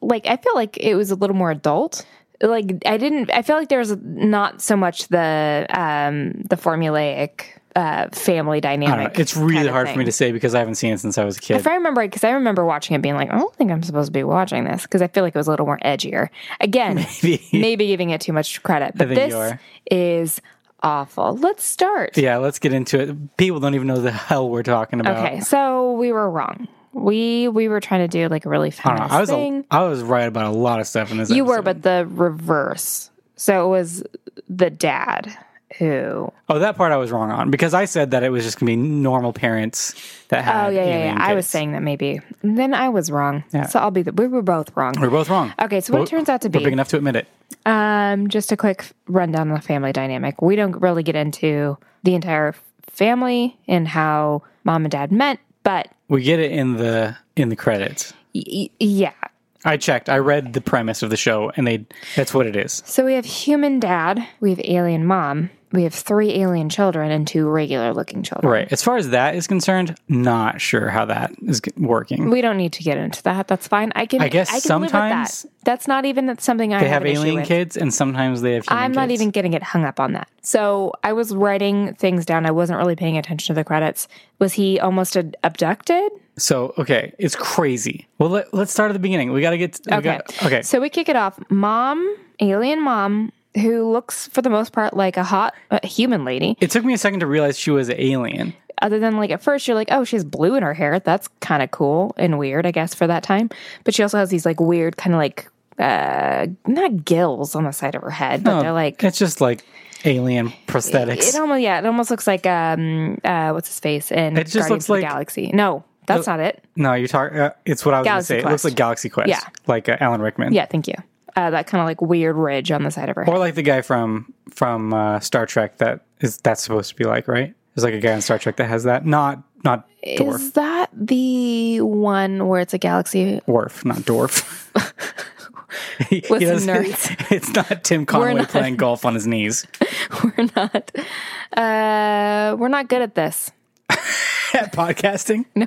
Speaker 2: like I feel like it was a little more adult. Like I didn't I feel like there was not so much the um the formulaic uh family
Speaker 1: I don't
Speaker 2: dynamic.
Speaker 1: know. It's really
Speaker 2: kind of
Speaker 1: hard for me
Speaker 2: thing.
Speaker 1: to say because I haven't seen it since I was a kid.
Speaker 2: If I remember because I remember watching it being like, I don't think I'm supposed to be watching this because I feel like it was a little more edgier. Again, maybe, giving it too much credit. But
Speaker 1: think you
Speaker 2: this
Speaker 1: are.
Speaker 2: is awful. Let's start.
Speaker 1: yeah, let's get into it. People don't even know the hell we're talking about.
Speaker 2: Okay, so we were wrong. We we were trying to do like a really
Speaker 1: I, don't
Speaker 2: feminist
Speaker 1: know. I was
Speaker 2: thing.
Speaker 1: a, I was right about a lot of stuff in this.
Speaker 2: You were,
Speaker 1: episode.
Speaker 2: but the reverse. So it was the dad who.
Speaker 1: oh, that part I was wrong on because I said that it was just gonna be normal parents that had.
Speaker 2: Oh yeah, yeah, yeah.
Speaker 1: alien
Speaker 2: I
Speaker 1: kids.
Speaker 2: was saying that maybe. Then I was wrong.
Speaker 1: Yeah.
Speaker 2: So I'll be. The, we were both wrong.
Speaker 1: we're both wrong.
Speaker 2: Okay, so what
Speaker 1: But
Speaker 2: it turns out to
Speaker 1: We're big
Speaker 2: be.
Speaker 1: enough to admit it.
Speaker 2: Um, just a quick rundown on the family dynamic. We don't really get into the entire family and how mom and dad met, but
Speaker 1: We get it in the in the credits.
Speaker 2: y- y- yeah.
Speaker 1: I checked. I read the premise of the show, and they that's what it is.
Speaker 2: So we have human dad, we have alien mom, we have three alien children and two regular looking children.
Speaker 1: Right. As far as that is concerned, not sure how that is g- working.
Speaker 2: We don't need to get into that. That's fine. I can.
Speaker 1: I guess
Speaker 2: I can
Speaker 1: sometimes
Speaker 2: live with that. that's not even something I
Speaker 1: They have
Speaker 2: an issue
Speaker 1: alien
Speaker 2: with.
Speaker 1: kids, and sometimes they have. Human
Speaker 2: I'm not
Speaker 1: kids.
Speaker 2: even getting it hung up on that. So I was writing things down. I wasn't really paying attention to the credits. Was he almost ad- abducted?
Speaker 1: So okay, it's crazy. Well, let, let's start at the beginning. We got to get. we
Speaker 2: Okay.
Speaker 1: got- okay.
Speaker 2: So we kick it off. Mom, alien mom, who looks for the most part like a hot uh, human lady.
Speaker 1: It took me a second to realize she was an alien.
Speaker 2: Other than like at first, you're like, oh, she has blue in her hair. That's kind of cool and weird, I guess, for that time. But she also has these like weird kind of like uh not gills on the side of her head, but
Speaker 1: No,
Speaker 2: they're like
Speaker 1: Um, it's just like alien prosthetics.
Speaker 2: It almost yeah, it almost looks like um uh what's his face in
Speaker 1: It just
Speaker 2: Guardians
Speaker 1: looks
Speaker 2: of the
Speaker 1: like- Oh.
Speaker 2: Galaxy. No, that's not it.
Speaker 1: no, you're talking. Uh, it's what I was going to
Speaker 2: Galaxy
Speaker 1: say. It looks
Speaker 2: Quest.
Speaker 1: like Galaxy Quest.
Speaker 2: Yeah.
Speaker 1: like uh, Alan Rickman.
Speaker 2: Yeah, thank you. Uh, that kind of like weird ridge on the side of her.
Speaker 1: or like the guy from from uh, Star Trek that is that's supposed to be like right. There's like a guy on Star Trek that has that. Not not dwarf.
Speaker 2: Is that the one where it's a galaxy?
Speaker 1: dwarf, not dwarf. He- he
Speaker 2: Listen,
Speaker 1: doesn't-
Speaker 2: nerds.
Speaker 1: It's not Tim Conway
Speaker 2: not-
Speaker 1: playing golf on his knees.
Speaker 2: We're not. Uh, we're not good at this.
Speaker 1: At podcasting? No.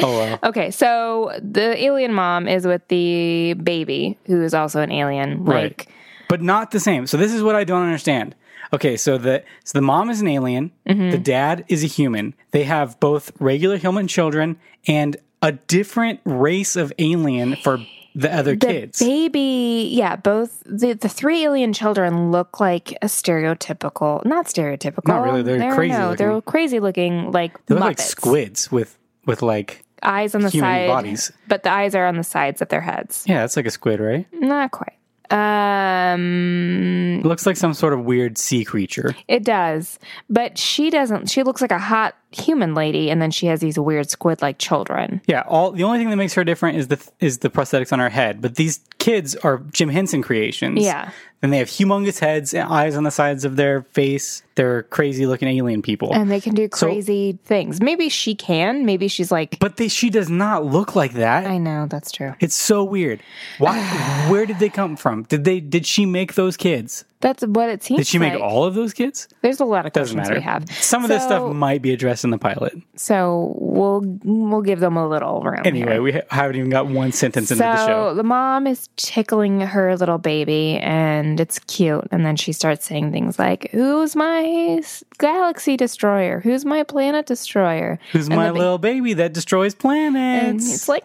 Speaker 1: Oh, well.
Speaker 2: Okay, so the alien mom is with the baby, who is also an alien. Like,
Speaker 1: Right. but not the same. So this is what I don't understand. Okay, so the so the mom is an alien,
Speaker 2: Mm-hmm.
Speaker 1: the dad is a human. They have both regular human children and a different race of alien for the other
Speaker 2: the
Speaker 1: kids.
Speaker 2: baby, yeah, both the, the three alien children look like a stereotypical, not stereotypical.
Speaker 1: Not really, they're crazy
Speaker 2: No,
Speaker 1: looking.
Speaker 2: they're crazy looking, like
Speaker 1: they look
Speaker 2: Muppets.
Speaker 1: like squids with with like
Speaker 2: eyes on the
Speaker 1: human
Speaker 2: side,
Speaker 1: bodies.
Speaker 2: but the eyes are on the sides of their heads.
Speaker 1: yeah, it's like a squid, right?
Speaker 2: Not quite. Um,
Speaker 1: It looks like some sort of weird sea creature.
Speaker 2: It does. But she doesn't. She looks like a hot human lady, and then she has these weird squid like children.
Speaker 1: Yeah, all the only thing that makes her different is the is the prosthetics on her head. But these kids are Jim Henson creations.
Speaker 2: Yeah.
Speaker 1: and they have humongous heads and eyes on the sides of their face. They're crazy looking alien people.
Speaker 2: And they can do
Speaker 1: So-
Speaker 2: crazy things. Maybe she can. Maybe she's like,
Speaker 1: but they, she does not look like that.
Speaker 2: I know, that's true.
Speaker 1: it's so weird. Why? where did they come from? Did they? Did she make those kids?
Speaker 2: That's what it seems
Speaker 1: Did she make
Speaker 2: like.
Speaker 1: all of those kids?
Speaker 2: There's a lot of
Speaker 1: Doesn't
Speaker 2: questions
Speaker 1: matter.
Speaker 2: we have.
Speaker 1: Some of this stuff
Speaker 2: So-
Speaker 1: might be addressed in the pilot.
Speaker 2: So we'll we'll give them a little room.
Speaker 1: Anyway,
Speaker 2: here.
Speaker 1: we ha- haven't even got one sentence into the
Speaker 2: So
Speaker 1: show.
Speaker 2: the mom is tickling her little baby, and it's cute. And then she starts saying things like, "Who's my s- galaxy destroyer? Who's my planet destroyer?
Speaker 1: Who's
Speaker 2: And
Speaker 1: my
Speaker 2: the ba-
Speaker 1: little baby that destroys planets?
Speaker 2: And it's like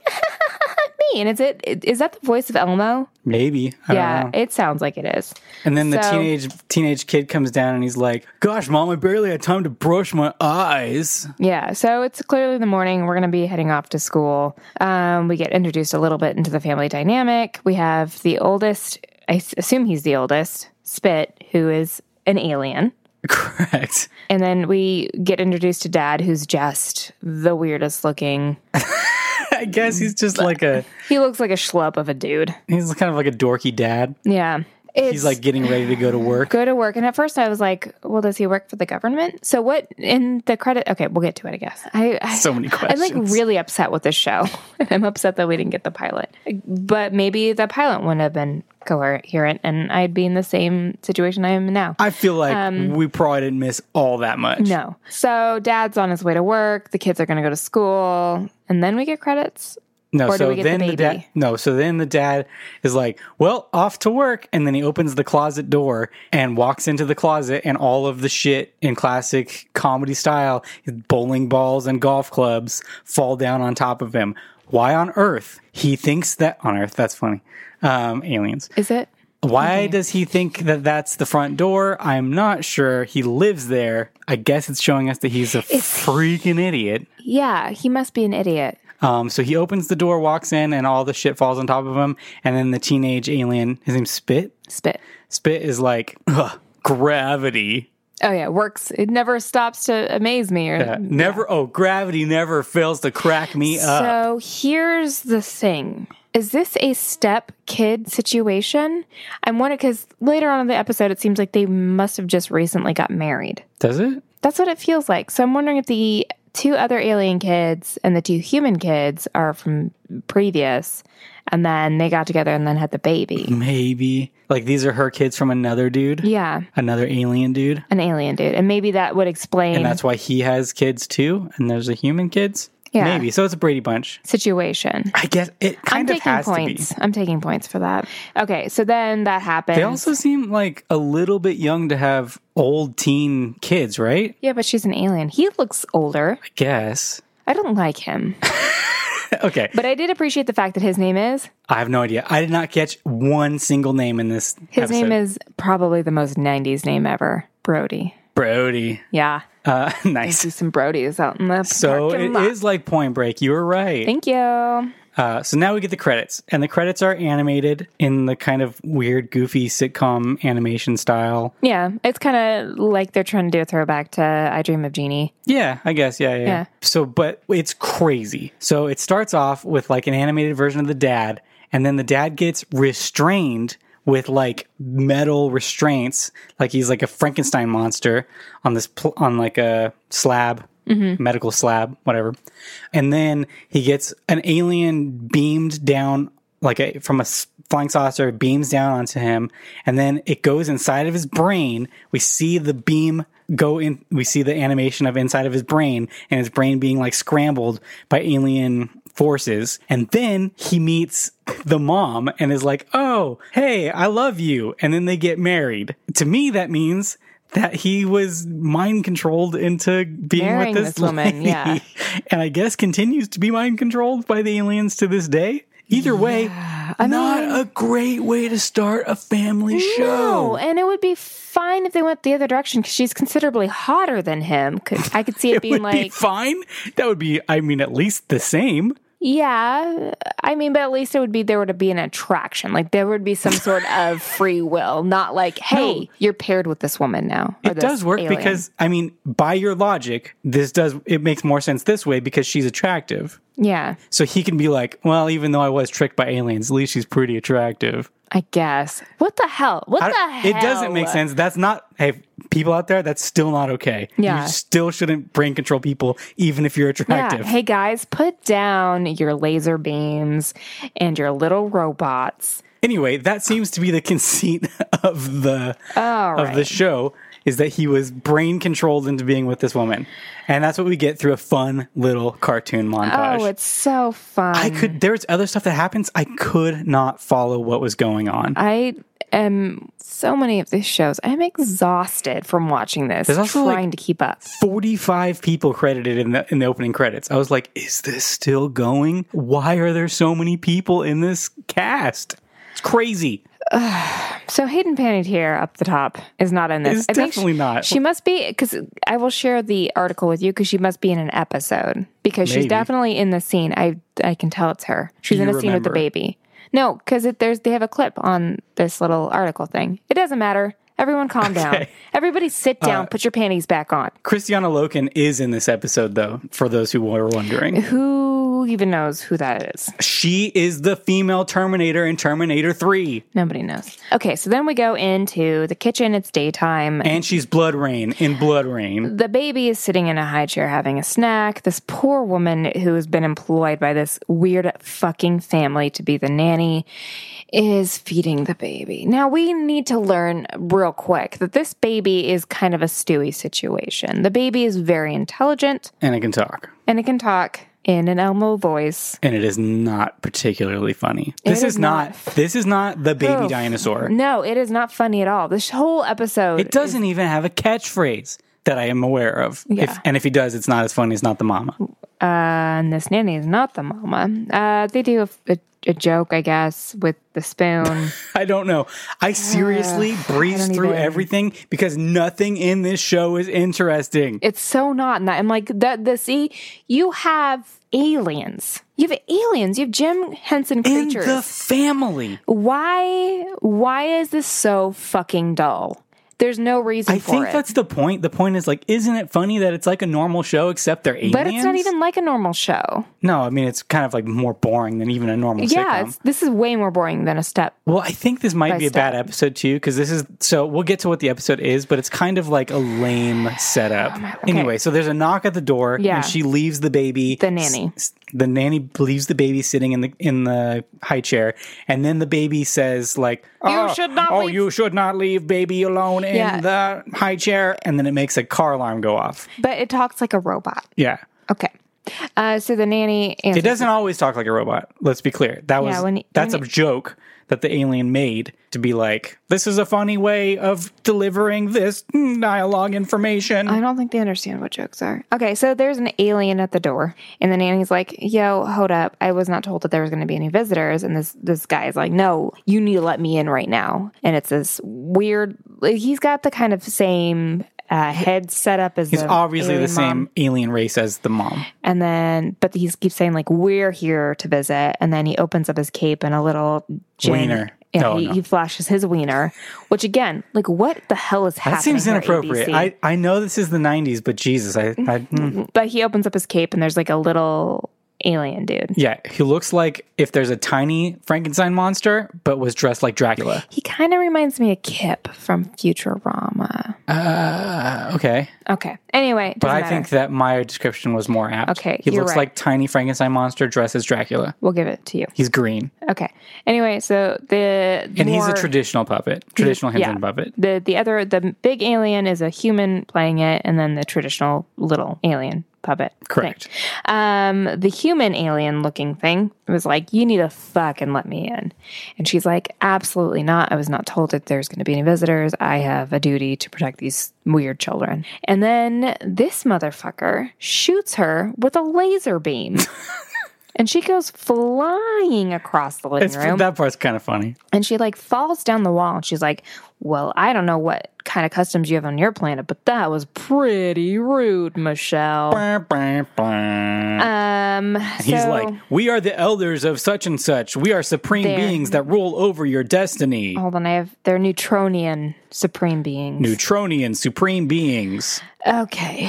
Speaker 2: me. And is it is that the voice of Elmo?
Speaker 1: Maybe. I don't know.
Speaker 2: yeah, it sounds like it is.
Speaker 1: And then the
Speaker 2: So-
Speaker 1: teenage teenage kid comes down and he's like, "Gosh, mom, I barely had time to brush my eyes."
Speaker 2: Yeah, so it's clearly the morning. We're going to be heading off to school. Um, we get introduced a little bit into the family dynamic. We have the oldest. I s- assume he's the oldest. Spit, who is an alien.
Speaker 1: Correct.
Speaker 2: And then we get introduced to dad, who's just the weirdest looking.
Speaker 1: I guess he's just like a
Speaker 2: He looks like a schlup of a dude.
Speaker 1: he's kind of like a dorky dad.
Speaker 2: Yeah. It's,
Speaker 1: He's like getting ready to go to work.
Speaker 2: go to work. And at first I was like, well, does he work for the government? So what in the credit? Okay, we'll get to it, I guess. I, I
Speaker 1: So many
Speaker 2: I'm
Speaker 1: questions.
Speaker 2: like really upset with this show. I'm upset that we didn't get the pilot. But maybe the pilot wouldn't have been coherent and I'd be in the same situation I am now.
Speaker 1: I feel like we probably didn't miss all that much.
Speaker 2: Um, no. So dad's on his way to work. The kids are going to go to school. And then we get credits.
Speaker 1: no.
Speaker 2: or do
Speaker 1: so
Speaker 2: we get the
Speaker 1: then the,
Speaker 2: baby?
Speaker 1: dad, no. So then the dad is like, "Well, off to work," and then he opens the closet door and walks into the closet, and all of the shit in classic comedy style, bowling balls and golf clubs, fall down on top of him. Why on earth he thinks that on Earth? That's funny. Um, aliens.
Speaker 2: Is it?
Speaker 1: Why does he think that that's the front door? I'm not sure. He lives there. I guess it's showing us that he's a freaking idiot.
Speaker 2: Yeah, he must be an idiot.
Speaker 1: Um, so he opens the door, walks in, and all the shit falls on top of him. And then the teenage alien, his name's Spit.
Speaker 2: Spit.
Speaker 1: Spit is like, Ugh, gravity.
Speaker 2: Oh yeah, works. It never stops to amaze me. Or,
Speaker 1: Uh, never, oh, gravity never fails to crack me up.
Speaker 2: So here's the thing. Is this a step kid situation? I'm wondering because later on in the episode, it seems like they must have just recently got married.
Speaker 1: Does it?
Speaker 2: That's what it feels like. So I'm wondering if the two other alien kids and the two human kids are from previous, and then they got together and then had the baby.
Speaker 1: Mm-hmm. Maybe. Like these are her kids from another dude,
Speaker 2: Yeah,
Speaker 1: another alien dude.
Speaker 2: an alien dude, and maybe that would explain
Speaker 1: And that's why he has kids too. And there's a human kids.
Speaker 2: Yeah.
Speaker 1: Maybe. So it's a Brady Bunch.
Speaker 2: situation.
Speaker 1: I guess it kind
Speaker 2: I'm
Speaker 1: of
Speaker 2: taking
Speaker 1: has
Speaker 2: points.
Speaker 1: to be.
Speaker 2: I'm taking points for that. Okay, so then that happens.
Speaker 1: They also seem like a little bit young to have old teen kids, right?
Speaker 2: yeah, but she's an alien. He looks older.
Speaker 1: I guess.
Speaker 2: I don't like him.
Speaker 1: okay.
Speaker 2: But I did appreciate the fact that his name is.
Speaker 1: I have no idea. I did not catch one single name in this.
Speaker 2: His
Speaker 1: episode.
Speaker 2: name is probably the most 90s name ever Brody.
Speaker 1: Brody.
Speaker 2: Yeah.
Speaker 1: Uh, nice.
Speaker 2: See some Brodies out in the
Speaker 1: So
Speaker 2: parking
Speaker 1: it
Speaker 2: lot.
Speaker 1: is like Point Break. You were right.
Speaker 2: Thank you.
Speaker 1: Uh, so now we get the credits, and the credits are animated in the kind of weird, goofy sitcom animation style.
Speaker 2: Yeah, it's kind of like they're trying to do a throwback to I Dream of Jeannie.
Speaker 1: Yeah, I guess. Yeah, yeah.
Speaker 2: Yeah.
Speaker 1: So, but it's crazy. So it starts off with like an animated version of the dad, and then the dad gets restrained with like metal restraints, like he's like a Frankenstein monster on this pl- on like a slab, medical slab, whatever. And then he gets an alien beamed down like a, from a s- flying saucer beams down onto him and then it goes inside of his brain we see the beam go in we see the animation of inside of his brain and his brain being like scrambled by alien forces and then he meets the mom and is like oh hey i love you and then they get married to me that means that he was mind controlled into being
Speaker 2: Marrying
Speaker 1: with this,
Speaker 2: this woman,
Speaker 1: lady.
Speaker 2: yeah.
Speaker 1: and I guess continues to be mind controlled by the aliens to this day. Either way, not a great way to start a family
Speaker 2: No,
Speaker 1: show.
Speaker 2: and it would be fine if they went the other direction because she's considerably hotter than him. Could, I could see it, being
Speaker 1: Would be
Speaker 2: like,
Speaker 1: fine. That would be, I mean, at least the same.
Speaker 2: yeah, I mean, but at least it would be there would be an attraction. Like there would be some sort of free will, not like, hey, you're paired with this woman now. or
Speaker 1: It
Speaker 2: this
Speaker 1: does work
Speaker 2: Oh, alien.
Speaker 1: because, I mean, by your logic, this does, it makes more sense this way because she's attractive.
Speaker 2: yeah,
Speaker 1: So he can be like, well, even though I was tricked by aliens, at least she's pretty attractive.
Speaker 2: I guess. What the hell? What
Speaker 1: I-
Speaker 2: the hell?
Speaker 1: It doesn't make sense. That's not hey people out there. That's still not okay.
Speaker 2: Yeah.
Speaker 1: you still shouldn't brain control people, even if you're attractive.
Speaker 2: Hey guys, put down your laser beams and your little robots.
Speaker 1: Anyway, that seems to be the conceit of the
Speaker 2: All
Speaker 1: of the
Speaker 2: right.
Speaker 1: show is that he was brain controlled into being with this woman, and that's what we get through a fun little cartoon montage.
Speaker 2: Oh, it's so fun.
Speaker 1: I could. There's other stuff that happens. I could not follow what was going on.
Speaker 2: I am so many of these shows. I'm exhausted from watching this.
Speaker 1: There's also, like-
Speaker 2: trying to keep up.
Speaker 1: 45 people credited in the in the opening credits. I was like, is this still going? Why are there so many people in this cast? It's crazy.
Speaker 2: So Hayden Panettiere up the top is not in this.
Speaker 1: Is
Speaker 2: think she-
Speaker 1: definitely not.
Speaker 2: She must be because I will share the article with you because she must be in an episode because
Speaker 1: Maybe.
Speaker 2: she's definitely in the scene. I I can tell it's her. She's
Speaker 1: you
Speaker 2: in a scene with the
Speaker 1: remember?
Speaker 2: baby. No, because there's they have a clip on this little article thing. It doesn't matter. Everyone, calm down.
Speaker 1: Okay. Uh,
Speaker 2: Everybody, sit down. put your panties back on.
Speaker 1: Christiana Loken is in this episode though, for those who were wondering.
Speaker 2: Who even knows who that is?
Speaker 1: she is the female Terminator in Terminator 3
Speaker 2: Nobody knows. Okay, so then we go into the kitchen. It's daytime.
Speaker 1: and she's Blood Rain in Blood Rain.
Speaker 2: the baby is sitting in a high chair having a snack. This poor woman who has been employed by this weird fucking family to be the nanny is feeding the baby. Now, we need to learn real quick that this baby is kind of a stewy situation. The baby is very intelligent
Speaker 1: And it can talk.
Speaker 2: and it can talk in an Elmo voice.
Speaker 1: And it is not particularly funny. this
Speaker 2: is
Speaker 1: is not, this is not the baby
Speaker 2: Oh.
Speaker 1: dinosaur.
Speaker 2: No, it is not funny at all. This whole episode.
Speaker 1: It doesn't even have a catchphrase that I am aware of. If,
Speaker 2: Yeah.
Speaker 1: and if he does, it's not as funny as not the mama.
Speaker 2: and this nanny is not the mama. Uh, they do a, a, a joke, I guess, with the spoon.
Speaker 1: I don't know. I seriously breezed
Speaker 2: don't
Speaker 1: through
Speaker 2: either.
Speaker 1: everything because nothing in this show is interesting.
Speaker 2: it's so not. And I'm like, that. the see, you have aliens. You have aliens. You have Jim Henson
Speaker 1: in
Speaker 2: creatures.
Speaker 1: the family,
Speaker 2: why? Why is this so fucking dull? There's no reason
Speaker 1: I
Speaker 2: for
Speaker 1: think
Speaker 2: it.
Speaker 1: that's the point. The point is like, isn't it funny that it's like a normal show except they're aliens?
Speaker 2: but it's not even like a normal show.
Speaker 1: No, I mean it's kind of like more boring than even a normal
Speaker 2: Yeah,
Speaker 1: sitcom.
Speaker 2: it's, this is way more boring than a step.
Speaker 1: Well, I think this might
Speaker 2: By
Speaker 1: be a bad
Speaker 2: step.
Speaker 1: episode too, because this is so we'll get to what the episode is, but it's kind of like a lame setup. Anyway, so there's a knock at the door,
Speaker 2: Oh Yeah.
Speaker 1: and she leaves the baby,
Speaker 2: The nanny.
Speaker 1: s- s- the nanny leaves the baby sitting in the in the high chair, and then the baby says like, "Oh,
Speaker 2: should not
Speaker 1: Oh,
Speaker 2: leave-
Speaker 1: you should not leave baby alone in
Speaker 2: Yeah.
Speaker 1: the high chair," and then it makes a car alarm go off.
Speaker 2: But it talks like a robot.
Speaker 1: Yeah.
Speaker 2: Okay. Uh, so the nanny answers.
Speaker 1: It doesn't always talk like a robot. Let's be clear. That was
Speaker 2: Yeah, when-
Speaker 1: that's
Speaker 2: when
Speaker 1: a
Speaker 2: it-
Speaker 1: joke that the alien made to be like, this is a funny way of delivering this dialogue information.
Speaker 2: I don't think they understand what jokes are. Okay, so there's an alien at the door, and the nanny's like, "Yo, hold up! I was not told that there was going to be any visitors." And this this guy's like, "No, you need to let me in right now." And it's this weird. like, He's got the kind of same uh, head setup as
Speaker 1: He's
Speaker 2: the
Speaker 1: obviously the
Speaker 2: alien
Speaker 1: same
Speaker 2: mom.
Speaker 1: alien race as the mom.
Speaker 2: And then, but he keeps saying like, "We're here to visit." And then he opens up his cape and a little gin,
Speaker 1: Wiener.
Speaker 2: Yeah,
Speaker 1: Oh,
Speaker 2: he,
Speaker 1: no.
Speaker 2: he flashes his wiener, which again, like, what the hell is happening?
Speaker 1: That seems
Speaker 2: here,
Speaker 1: inappropriate.
Speaker 2: ABC?
Speaker 1: I, I know this is the 90s, but Jesus, I, I mm.
Speaker 2: but he opens up his cape and there's like a little alien dude.
Speaker 1: yeah, he looks like if there's a tiny Frankenstein monster, but was dressed like Dracula.
Speaker 2: He kind of reminds me of Kip from Futurama.
Speaker 1: Uh, okay,
Speaker 2: Okay. Anyway, doesn't
Speaker 1: but I
Speaker 2: matter.
Speaker 1: think that my description was more apt.
Speaker 2: Okay,
Speaker 1: he
Speaker 2: you're
Speaker 1: looks
Speaker 2: right.
Speaker 1: like tiny Frankenstein monster dressed as Dracula.
Speaker 2: we'll give it to you.
Speaker 1: He's green,
Speaker 2: Okay. Anyway, so the
Speaker 1: and he's a
Speaker 2: more-
Speaker 1: traditional puppet, traditional
Speaker 2: Yeah.
Speaker 1: Henson puppet.
Speaker 2: the the other the big alien is a human playing it, and then the traditional little alien puppet. thing.
Speaker 1: Correct.
Speaker 2: Um, the human alien looking thing was like, "You need to fucking let me in," and she's like, "Absolutely not. I was not told that there's going to be any visitors. I have a duty to protect these weird children." And then this motherfucker shoots her with a laser beam. And she goes flying across the living
Speaker 1: It's,
Speaker 2: room.
Speaker 1: that part's kind of funny.
Speaker 2: And she like falls down the wall and she's like, Well, I don't know what kind of customs you have on your planet, but that was pretty rude, Michelle.
Speaker 1: Bah, bah, bah.
Speaker 2: Um,
Speaker 1: He's
Speaker 2: so-
Speaker 1: like, we are the elders of such and such. We are supreme
Speaker 2: There. Oh.
Speaker 1: beings that rule over your destiny.
Speaker 2: Hold on, I have they're Neutronian supreme beings.
Speaker 1: Neutronian supreme beings.
Speaker 2: okay,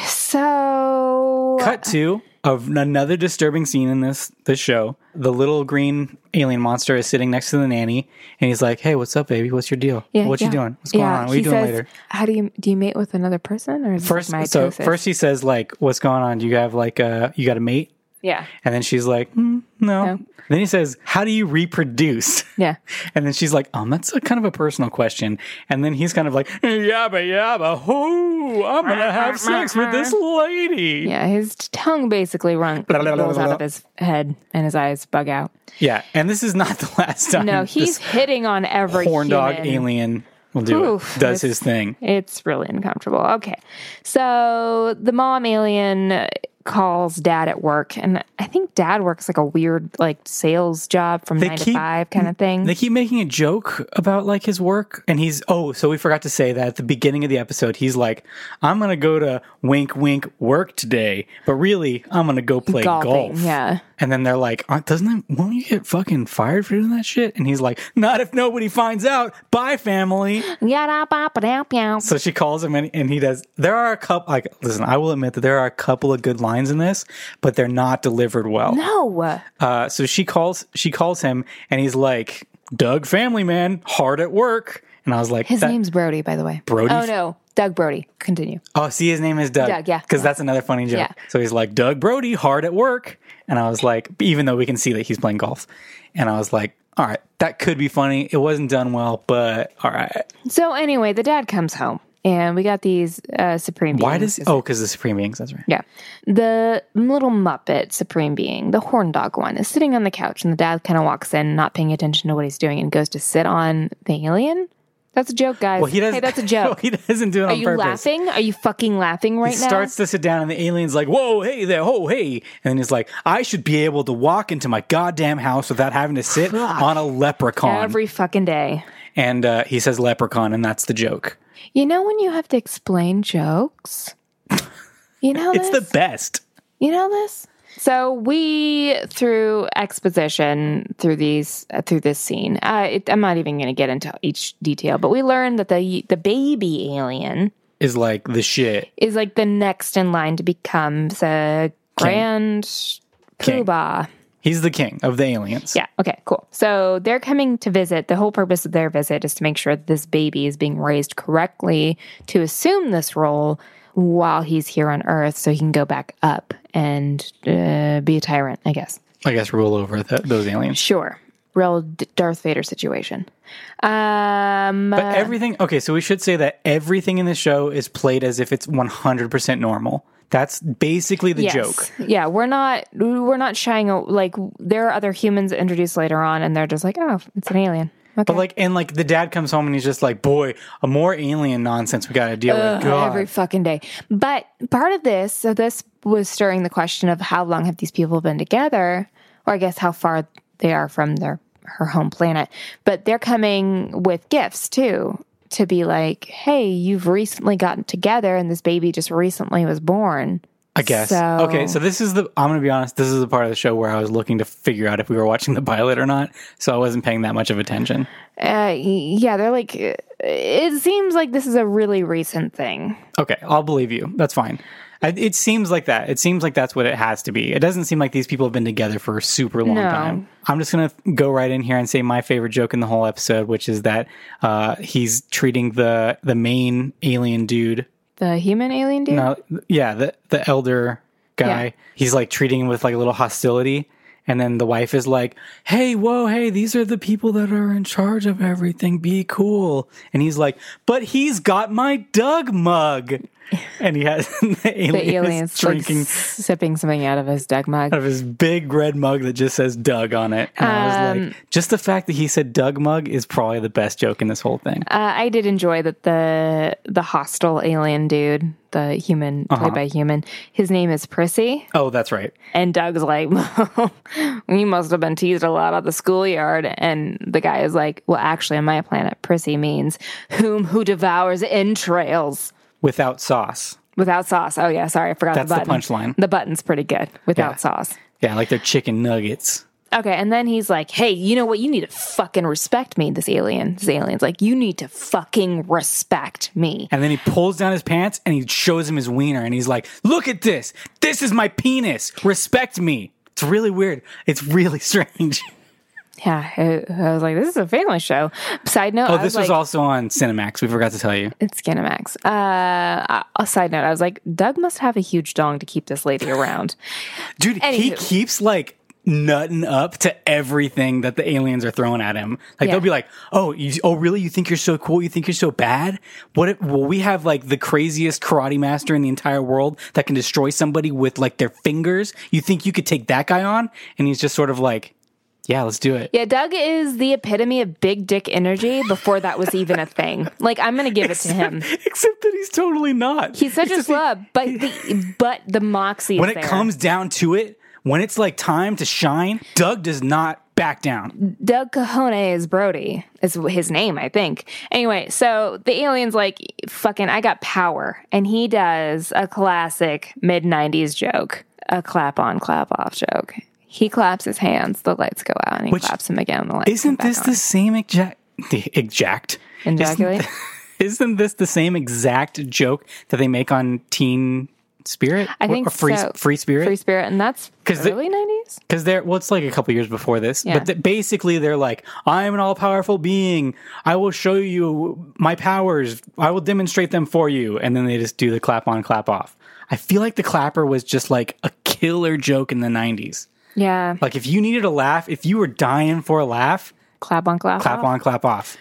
Speaker 2: so
Speaker 1: Cut to of another disturbing scene in this this show. The little green alien monster is sitting next to the nanny, and he's like, "Hey, what's up, baby? What's your deal? what you doing? What's going
Speaker 2: Yeah,
Speaker 1: on? What are you
Speaker 2: he
Speaker 1: doing
Speaker 2: says,
Speaker 1: later?"
Speaker 2: How do you do you mate with another person or is
Speaker 1: First,
Speaker 2: this like my
Speaker 1: so first he says like, "What's going on? Do you have like a you got a mate?"
Speaker 2: Yeah.
Speaker 1: And then she's like, "Hmm, no.
Speaker 2: No.
Speaker 1: Then he says, "How do you reproduce?"
Speaker 2: Yeah.
Speaker 1: And then she's like, um, that's a kind of a personal question. And then he's kind of like, yabba yabba, hoo, I'm gonna have sex with this lady.
Speaker 2: Yeah, his tongue basically run
Speaker 1: Blah, blah, blah,
Speaker 2: rolls out
Speaker 1: blah,
Speaker 2: of his head and his eyes bug out.
Speaker 1: Yeah, and this is not the last time.
Speaker 2: No, he's
Speaker 1: this
Speaker 2: hitting on every
Speaker 1: horn dog
Speaker 2: human.
Speaker 1: alien will do
Speaker 2: Oof,
Speaker 1: it. Does
Speaker 2: it's-
Speaker 1: his thing.
Speaker 2: It's really uncomfortable. Okay. So the mom alien calls dad at work and I think dad works like a weird like sales job from 9 to
Speaker 1: keep-
Speaker 2: 5 kind of thing.
Speaker 1: They keep making a joke about like his work, and he's oh, so we forgot to say that at the beginning of the episode, he's like, I'm gonna go to wink wink work today, but really, I'm gonna go play
Speaker 2: Golfing,
Speaker 1: golf.
Speaker 2: yeah.
Speaker 1: And then they're like, "Aren't- doesn't it, won't you get fucking fired for doing that shit? And he's like, not if nobody finds out. Bye, family.
Speaker 2: Yada-ba-ba-da-bow.
Speaker 1: So she calls him and, and he does. There are a couple, like, listen, I will admit that there are a couple of good lines in this, but they're not delivered well.
Speaker 2: No.
Speaker 1: Uh, so she calls, she calls him and he's like, Doug family man, hard at work. And I was like,
Speaker 2: His
Speaker 1: that-
Speaker 2: name's Brody by the way.
Speaker 1: Brody?
Speaker 2: Oh no. Doug Brody. Continue.
Speaker 1: Oh, see, his name is Doug.
Speaker 2: Doug, yeah.
Speaker 1: Because that's another funny joke.
Speaker 2: Yeah.
Speaker 1: So he's like, Doug Brody, hard at work. And I was like, even though we can see that he's playing golf. And I was like, all right, that could be funny. It wasn't done well, but all right.
Speaker 2: So anyway, the dad comes home and we got these uh supreme
Speaker 1: Why
Speaker 2: beings.
Speaker 1: does, oh, because the Supreme Beings, that's right.
Speaker 2: Yeah. The little Muppet Supreme Being, the horn dog one, is sitting on the couch, and the dad kind of walks in, not paying attention to what he's doing, and goes to sit on the alien. That's a joke, guys.
Speaker 1: Well, he doesn't.
Speaker 2: Hey, that's a
Speaker 1: well,
Speaker 2: joke.
Speaker 1: he doesn't do it
Speaker 2: Are
Speaker 1: on
Speaker 2: you
Speaker 1: purpose.
Speaker 2: laughing? Are you fucking laughing right
Speaker 1: He
Speaker 2: now?
Speaker 1: starts to sit down, and the alien's like, "Whoa, hey there, ho, hey!" And then he's like, "I should be able to walk into my goddamn house without having to sit on a leprechaun."
Speaker 2: every fucking day.
Speaker 1: and uh, he says leprechaun, and that's the joke.
Speaker 2: You know when you have to explain jokes. You know
Speaker 1: It's the
Speaker 2: this?
Speaker 1: best.
Speaker 2: You know this? So we through exposition through these uh, through this scene. Uh, it, I'm not even going to get into each detail, but we learned that the the baby alien
Speaker 1: Is like the shit.
Speaker 2: is like the next in line to become the grand
Speaker 1: King.
Speaker 2: poobah.
Speaker 1: He's the king of the aliens.
Speaker 2: Yeah. Okay. Cool. So they're coming to visit. The whole purpose of their visit is to make sure that this baby is being raised correctly to assume this role while he's here on Earth, so he can go back up and uh, be a tyrant. I guess.
Speaker 1: I guess rule over th those aliens.
Speaker 2: Sure. Real D- Darth Vader situation. Um,
Speaker 1: But everything. Okay, so we should say that everything in the show is played as if it's 100 percent normal. That's basically the
Speaker 2: yes.
Speaker 1: joke.
Speaker 2: Yeah, we're not we're not shying o- like there are other humans introduced later on and they're just like, "Oh, it's an alien." Okay.
Speaker 1: But like, and like the dad comes home and he's just like, boy, a more alien nonsense we got to deal with. God.
Speaker 2: every fucking day. But part of this, so this was stirring the question of how long have these people been together, or I guess how far they are from their her home planet. But they're coming with gifts too to be like, hey, you've recently gotten together, and this baby just recently was born.
Speaker 1: I guess.
Speaker 2: So-
Speaker 1: Okay, so this is the. I'm gonna be honest. This is the part of the show where I was looking to figure out if we were watching the pilot or not. So I wasn't paying that much of attention.
Speaker 2: Uh, y- yeah, they're like, uh, it seems like this is a really recent thing.
Speaker 1: Okay, I'll believe you. That's fine. I, it seems like that. It seems like that's what it has to be. It doesn't seem like these people have been together for a super long
Speaker 2: No.
Speaker 1: time. I'm just gonna go right in here and say my favorite joke in the whole episode, which is that uh, he's treating the the main alien dude.
Speaker 2: The human alien dude?
Speaker 1: Uh, yeah, the the elder guy.
Speaker 2: Yeah.
Speaker 1: He's like treating him with like a little hostility. And then the wife is like, "Hey, whoa, hey! These are the people that are in charge of everything. Be cool." And he's like, "But he's got my Doug mug." And he has the alien,
Speaker 2: The alien's
Speaker 1: is drinking
Speaker 2: like, sipping something out of his duck mug. Uh,
Speaker 1: out of his big red mug that just says Doug on it. And I
Speaker 2: Um,
Speaker 1: was like, just the fact that he said Doug mug is probably the best joke in this whole thing.
Speaker 2: Uh, I did enjoy that the the hostile alien dude, the human played by human, his name is Prissy,
Speaker 1: oh, that's right.
Speaker 2: and Doug's like, "You must have been teased a lot at the schoolyard," and the guy is like, "Well, actually, on my planet, Prissy means whom who devours entrails."
Speaker 1: Without sauce.
Speaker 2: Without sauce. Oh yeah, sorry, I forgot
Speaker 1: That's
Speaker 2: the
Speaker 1: the
Speaker 2: button.
Speaker 1: punchline.
Speaker 2: The button's pretty good without
Speaker 1: Yeah.
Speaker 2: sauce.
Speaker 1: Yeah, like they're chicken nuggets.
Speaker 2: Okay, and then he's like, "Hey, you know what? You need to fucking respect me." This alien, this alien's like, "You need to fucking respect me."
Speaker 1: And then he pulls down his pants and he shows him his wiener and he's like, "Look at this. This is my penis. Respect me." It's really weird. It's really strange.
Speaker 2: Yeah, I, I was like, this is a family show. Side note,
Speaker 1: Oh,
Speaker 2: I
Speaker 1: this was,
Speaker 2: was like,
Speaker 1: also on Cinemax. We forgot to tell you.
Speaker 2: it's Skinamax. Uh, a side note, I was like, Doug must have a huge dong to keep this lady around.
Speaker 1: Dude, he
Speaker 2: Anywho.
Speaker 1: keeps like nutting up to everything that the aliens are throwing at him. Like
Speaker 2: Yeah.
Speaker 1: they'll be like, "Oh, you, oh, really? You think you're so cool? You think you're so bad? What? If, well, we have like the craziest karate master in the entire world that can destroy somebody with like their fingers. You think you could take that guy on?" And he's just sort of like, "Yeah, let's do it."
Speaker 2: yeah, Doug is the epitome of big dick energy before that was even a thing. Like, I'm gonna give it to him.
Speaker 1: Except that he's totally not.
Speaker 2: He's such a
Speaker 1: Except he-
Speaker 2: slub, but the but the moxie. is
Speaker 1: when it
Speaker 2: there.
Speaker 1: comes down to it, when it's like time to shine, Doug does not back down.
Speaker 2: Doug Cajones Brody is his name, I think. Anyway, so the alien's like, fucking, I got power. And he does a classic mid 90s joke, a clap on, clap off joke. He claps his hands, the lights go out, and he
Speaker 1: Which-
Speaker 2: claps them again. The lights come
Speaker 1: Isn't
Speaker 2: back
Speaker 1: this
Speaker 2: on.
Speaker 1: the same exact? Exact. Isn't
Speaker 2: Ejaculate?
Speaker 1: th- Isn't this the same exact joke that they make on Teen Spirit?
Speaker 2: I think
Speaker 1: or Free
Speaker 2: so.
Speaker 1: Free
Speaker 2: Free
Speaker 1: Spirit
Speaker 2: Spirit, and that's
Speaker 1: 'Cause the-
Speaker 2: early 90s?
Speaker 1: because they're well, it's like a couple years before this,
Speaker 2: Yeah.
Speaker 1: but th- basically they're like, "I'm an all-powerful being. I will show you my powers. I will demonstrate them for you." And then they just do the clap on, clap off. I feel like the clapper was just like a killer joke in the '90s.
Speaker 2: Yeah.
Speaker 1: Like if you needed a laugh, if you were dying for a laugh,
Speaker 2: clap on, clap,
Speaker 1: clap
Speaker 2: off.
Speaker 1: on, clap off.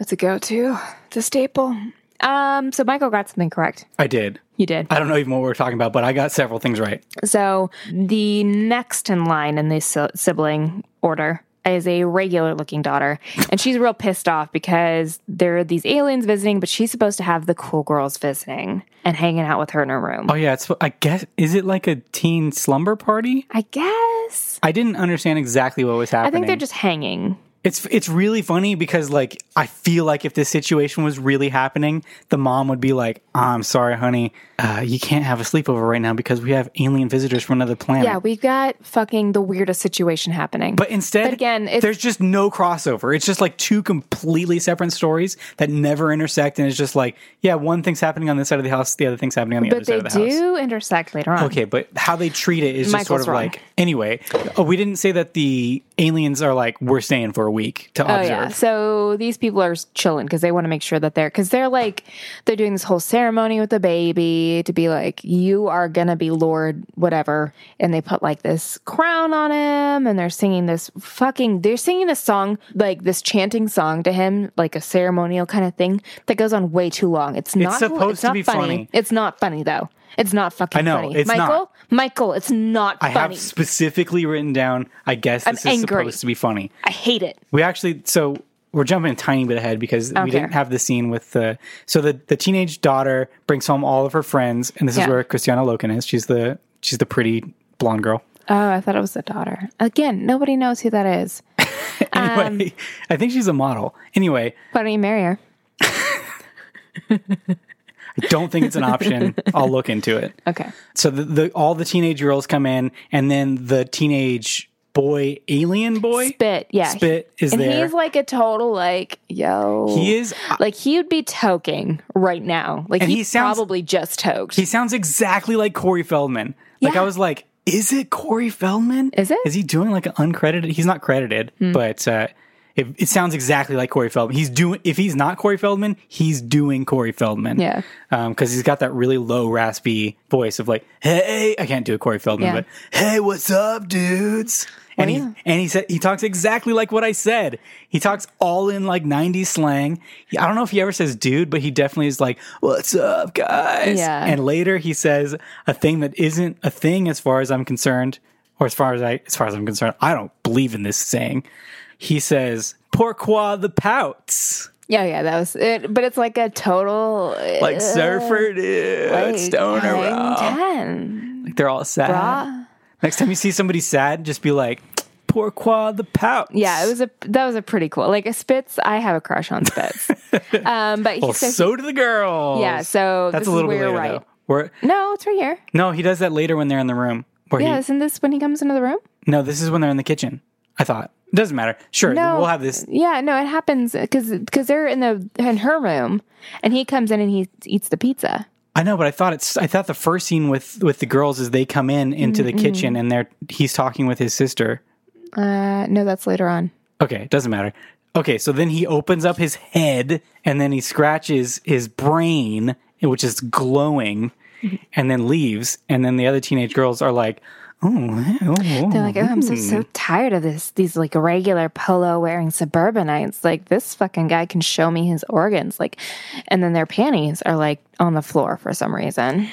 Speaker 2: That's a go to. It's a staple. Um, so Michael got something correct.
Speaker 1: I did.
Speaker 2: You did.
Speaker 1: I don't know even what we're talking about, but I got several things right.
Speaker 2: So the next in line in this si- sibling order is a regular looking daughter, and she's real pissed off because there are these aliens visiting, but she's supposed to have the cool girls visiting and hanging out with her in her room.
Speaker 1: Oh yeah, it's I guess is it like a teen slumber party?
Speaker 2: I guess.
Speaker 1: I didn't understand exactly what was happening.
Speaker 2: I think they're just hanging.
Speaker 1: it's it's really funny because like I feel like if this situation was really happening, the mom would be like, "I'm sorry, honey, uh, you can't have a sleepover right now because we have alien visitors from another planet."
Speaker 2: Yeah, we've got fucking the weirdest situation happening.
Speaker 1: But instead,
Speaker 2: But again, it's-
Speaker 1: there's just no crossover. It's just like two completely separate stories that never intersect, and it's just like, yeah, one thing's happening on this side of the house, the other thing's happening on the
Speaker 2: but
Speaker 1: other side
Speaker 2: they
Speaker 1: of the house.
Speaker 2: do intersect later on.
Speaker 1: Okay, but how they treat it is just sort
Speaker 2: Michael's
Speaker 1: of
Speaker 2: wrong.
Speaker 1: like anyway. Oh, we didn't say that the aliens are like we're staying for a week to
Speaker 2: Oh
Speaker 1: observe.
Speaker 2: yeah. So these people are chilling because they want to make sure that they're because they're like they're doing this whole ceremony with the baby to be like you are gonna be Lord whatever, and they put like this crown on him, and they're singing this fucking they're singing this song like this chanting song to him like a ceremonial kind of thing that goes on way too long. It's not
Speaker 1: supposed to
Speaker 2: not
Speaker 1: be funny.
Speaker 2: It's not funny though. It's not fucking
Speaker 1: I know,
Speaker 2: funny.
Speaker 1: it's
Speaker 2: Michael,
Speaker 1: not.
Speaker 2: Michael, it's not
Speaker 1: I
Speaker 2: funny.
Speaker 1: have specifically written down. I guess
Speaker 2: I'm
Speaker 1: this is
Speaker 2: angry.
Speaker 1: supposed to be funny.
Speaker 2: I hate it.
Speaker 1: We actually so we're jumping a tiny bit ahead because we
Speaker 2: Okay.
Speaker 1: didn't have the scene with the so the the teenage daughter brings home all of her friends, and this is
Speaker 2: Yeah.
Speaker 1: where Christiana Loken is. She's the she's the pretty blonde girl.
Speaker 2: Oh, I thought it was the daughter. Again, nobody knows who that is. Um,
Speaker 1: Anyway, I think she's a model. Anyway,
Speaker 2: Why don't you marry her?
Speaker 1: I don't think it's an option. I'll look into it.
Speaker 2: Okay.
Speaker 1: So the, the all the teenage girls come in, and then the teenage boy, alien boy,
Speaker 2: Spit, yeah.
Speaker 1: Spit is
Speaker 2: and
Speaker 1: there.
Speaker 2: he's like a total like yo.
Speaker 1: He is-
Speaker 2: like he would be toking right now. Like
Speaker 1: And
Speaker 2: he,
Speaker 1: he sounds-
Speaker 2: probably just toked.
Speaker 1: He sounds exactly like Corey Feldman. Like
Speaker 2: Yeah.
Speaker 1: I was like, is it Corey Feldman?
Speaker 2: Is it? Hmm.
Speaker 1: Is he doing like an uncredited? He's not credited, but uh, it, it sounds exactly like Corey Feldman. He's doing. If he's not Corey Feldman, he's doing Corey Feldman.
Speaker 2: Yeah.
Speaker 1: Because he's got that really low raspy voice of like, hey, I can't do a Corey
Speaker 2: Yeah.
Speaker 1: Feldman, but hey, what's up, dudes? And he
Speaker 2: yeah.
Speaker 1: and he said he talks exactly like what I said. He talks all in like '90s slang. He- I don't know if he ever says "dude," but he definitely is like, "What's up, guys?"
Speaker 2: Yeah.
Speaker 1: And later he says a thing that isn't a thing as far as I'm concerned, or as far as I as far as I'm concerned, I don't believe in this saying. He says, "Pourquoi the pouts?"
Speaker 2: yeah, yeah, that was it. But it's like a total uh,
Speaker 1: Like surfer dude,
Speaker 2: like,
Speaker 1: stoner
Speaker 2: I'm
Speaker 1: rock.
Speaker 2: 10,
Speaker 1: Like they're all sad.
Speaker 2: brah.
Speaker 1: Next time you see somebody sad, just be like, "Pourquoi the pouts?"
Speaker 2: Yeah, it was a that was a pretty cool. Like a Spitz, I have a crush on Spitz. um, but he,
Speaker 1: Well,
Speaker 2: so
Speaker 1: Oh, so,
Speaker 2: he-
Speaker 1: do the girls.
Speaker 2: Yeah, so
Speaker 1: that's
Speaker 2: this
Speaker 1: a
Speaker 2: is
Speaker 1: little
Speaker 2: where
Speaker 1: bit
Speaker 2: you're
Speaker 1: later
Speaker 2: right.
Speaker 1: though. Where,
Speaker 2: no, it's right here.
Speaker 1: no, he does that later when they're in the room. Where
Speaker 2: Yeah,
Speaker 1: he,
Speaker 2: isn't this when he comes into the room?
Speaker 1: no, this is when they're in the kitchen. I thought doesn't matter. Sure,
Speaker 2: No,
Speaker 1: we'll have this.
Speaker 2: Yeah, no, it happens because because they're in the in her room, and he comes in and he eats the pizza.
Speaker 1: I know, but I thought it's. I thought the first scene with with the girls is they come in into the kitchen and they're he's talking with his sister.
Speaker 2: Uh, no, that's later on.
Speaker 1: Okay, it doesn't matter. Okay, so then he opens up his head and then he scratches his brain, which is glowing, and then leaves. And then the other teenage girls are like, "Oh, oh, oh."
Speaker 2: They're like, oh, I'm so so tired of this. These like regular polo wearing suburbanites. Like this fucking guy can show me his organs. Like, and then their panties are like on the floor for some reason.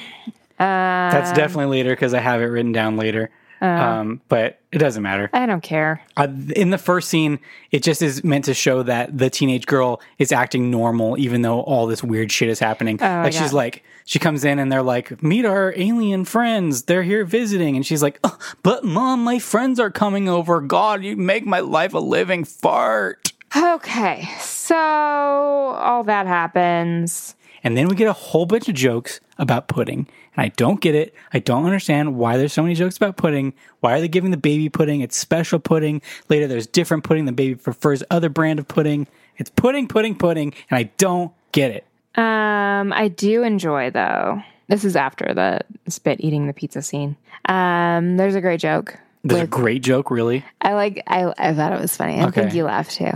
Speaker 1: That's definitely later because I have it written down later. um, but it doesn't matter.
Speaker 2: I don't care.
Speaker 1: Uh, in the first scene, it just is meant to show that the teenage girl is acting normal, even though all this weird shit is happening. like she's like, she comes in and they're like, "Meet our alien friends. They're here visiting," and she's like, "Ugh, "But mom, my friends are coming over. God, you make my life a living fart."
Speaker 2: Okay, so all that happens.
Speaker 1: And then we get a whole bunch of jokes about pudding. And I don't get it. I don't understand why there's so many jokes about pudding. Why are they giving the baby pudding? It's special pudding. Later, there's different pudding. The baby prefers other brand of pudding. It's pudding, pudding, pudding. And I don't get it.
Speaker 2: Um, I do enjoy though. This is after the spit eating the pizza scene. Um, there's a great joke.
Speaker 1: There's a great joke, really.
Speaker 2: I like. I I thought it was funny. I think
Speaker 1: Okay.
Speaker 2: you laughed too.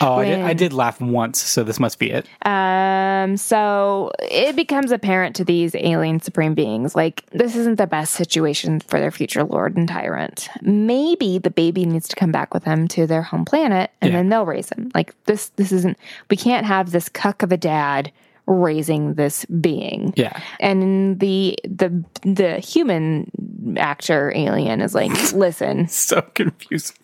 Speaker 1: Oh, I did, I
Speaker 2: When-
Speaker 1: did laugh once, so this must be it.
Speaker 2: Um, so it becomes apparent to these alien supreme beings like this isn't the best situation for their future lord and tyrant. Maybe the baby needs to come back with them to their home planet and
Speaker 1: Yeah.
Speaker 2: then they'll raise him. Like this this isn't we can't have this cuck of a dad raising this being.
Speaker 1: Yeah.
Speaker 2: And the the the human actor alien is like, "Listen,
Speaker 1: So confusing.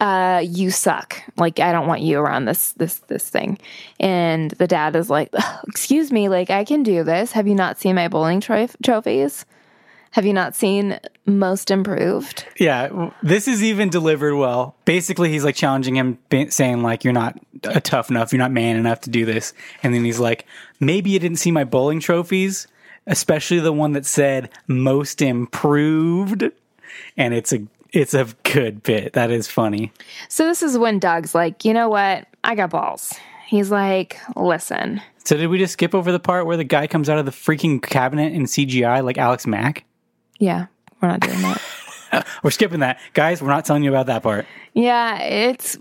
Speaker 2: uh, you suck. Like, I don't want you around this this this thing. And the dad is like, "Ugh, excuse me, like I can do this. Have you not seen my bowling tro- trophies? Have you not seen most improved?
Speaker 1: Yeah, w- this is even delivered well. Basically, he's like challenging him, ba- saying like, "You're not uh, tough enough. You're not man enough to do this." And then he's like, "Maybe you didn't see my bowling trophies, especially the one that said most improved." And it's a it's a good bit. That is funny.
Speaker 2: So this is when Doug's like, you know what? I got balls. He's like, listen,
Speaker 1: So did we just skip over the part where the guy comes out of the freaking cabinet in CGI like Alex Mack?
Speaker 2: yeah, we're not doing that.
Speaker 1: We're skipping that, guys. We're not telling you about that part.
Speaker 2: yeah, it's